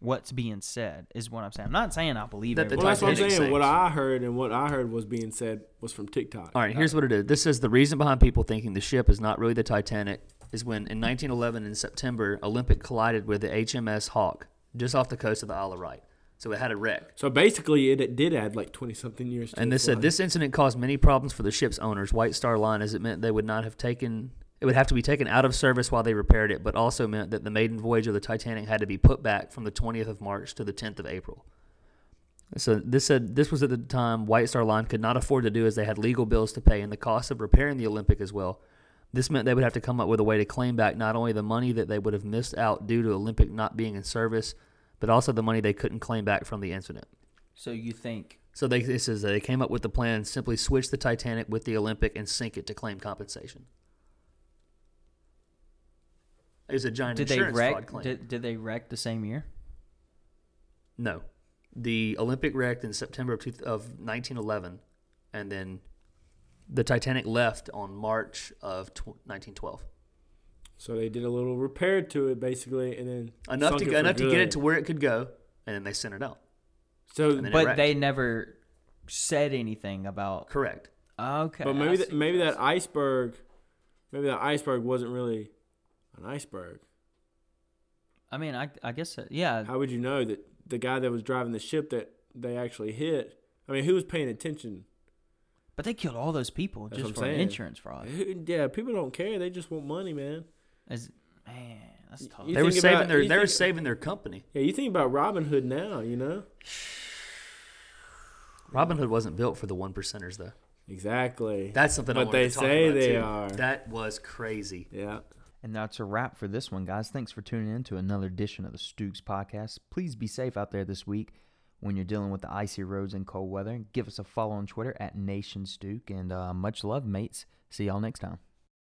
[SPEAKER 1] what's being said, is what I'm saying. I'm not saying I believe
[SPEAKER 2] That the
[SPEAKER 1] everything.
[SPEAKER 3] Well, that's what I'm
[SPEAKER 2] Titanic
[SPEAKER 3] saying. What
[SPEAKER 2] sinks.
[SPEAKER 3] I heard and what I heard was being said was from TikTok.
[SPEAKER 2] All right, here's what it is. This is the reason behind people thinking the ship is not really the Titanic is when in 1911 in September, Olympic collided with the HMS Hawk just off the coast of the Isle of Wight. So it had a wreck.
[SPEAKER 3] So basically, it, it did add like twenty something years. To
[SPEAKER 2] And
[SPEAKER 3] its
[SPEAKER 2] this said
[SPEAKER 3] life.
[SPEAKER 2] this incident caused many problems for the ship's owners, White Star Line, as it meant they would not have taken it would have to be taken out of service while they repaired it, but also meant that the maiden voyage of the Titanic had to be put back from the 20th of March to the 10th of April. So this said this was at the time White Star Line could not afford to do as they had legal bills to pay and the cost of repairing the Olympic as well. This meant they would have to come up with a way to claim back not only the money that they would have missed out due to Olympic not being in service, but also the money they couldn't claim back from the incident.
[SPEAKER 1] So you think?
[SPEAKER 2] So they it says they came up with the plan: simply switch the Titanic with the Olympic and sink it to claim compensation. It was a giant
[SPEAKER 1] Did they
[SPEAKER 2] insurance fraud
[SPEAKER 1] wreck?
[SPEAKER 2] claim.
[SPEAKER 1] Did, did they wreck the same year?
[SPEAKER 2] No, the Olympic wrecked in September of, two, of 1911, and then the Titanic left on March of tw 1912.
[SPEAKER 3] So they did a little repair to it, basically, and then
[SPEAKER 2] Enough
[SPEAKER 3] sunk
[SPEAKER 2] to
[SPEAKER 3] for
[SPEAKER 2] enough to get
[SPEAKER 3] good.
[SPEAKER 2] it to where it could go, and then they sent it out.
[SPEAKER 3] So,
[SPEAKER 2] then it-
[SPEAKER 3] but,
[SPEAKER 1] But
[SPEAKER 2] wrecked.
[SPEAKER 1] they never said anything about.
[SPEAKER 2] Correct.
[SPEAKER 1] Okay.
[SPEAKER 3] but
[SPEAKER 1] I
[SPEAKER 3] maybe that,
[SPEAKER 1] see.
[SPEAKER 3] maybe that iceberg, maybe that iceberg wasn't really an iceberg.
[SPEAKER 1] I mean, I, I guess that- yeah.
[SPEAKER 3] How would you know that the guy that was driving the ship that they actually hit? I mean, who was paying attention?
[SPEAKER 1] But they killed all those people
[SPEAKER 3] That's
[SPEAKER 1] just
[SPEAKER 3] what
[SPEAKER 1] for
[SPEAKER 3] I'm saying.
[SPEAKER 1] insurance fraud.
[SPEAKER 3] Who- Yeah, people don't care. They just want money, man.
[SPEAKER 1] As, man, that's tough.
[SPEAKER 3] You
[SPEAKER 2] they were
[SPEAKER 3] think
[SPEAKER 2] saving
[SPEAKER 3] about-
[SPEAKER 2] their
[SPEAKER 3] you
[SPEAKER 2] they were
[SPEAKER 3] think-
[SPEAKER 2] saving their company.
[SPEAKER 3] Yeah, you think about Robin Hood now, you know?
[SPEAKER 2] Robin Hood wasn't built for the one percenters though.
[SPEAKER 3] Exactly.
[SPEAKER 2] That's something I
[SPEAKER 3] But
[SPEAKER 2] wanted
[SPEAKER 3] they
[SPEAKER 2] to talk
[SPEAKER 3] say
[SPEAKER 2] about,
[SPEAKER 3] they
[SPEAKER 2] too.
[SPEAKER 3] are.
[SPEAKER 2] That was crazy.
[SPEAKER 3] yeah.
[SPEAKER 1] And that's a wrap for this one, guys. Thanks for tuning in to another edition of the Stooks Podcast. Please be safe out there this week when you're dealing with the icy roads and cold weather. Give us a follow on Twitter at NationStook. And uh, much love, mates. See y'all next time.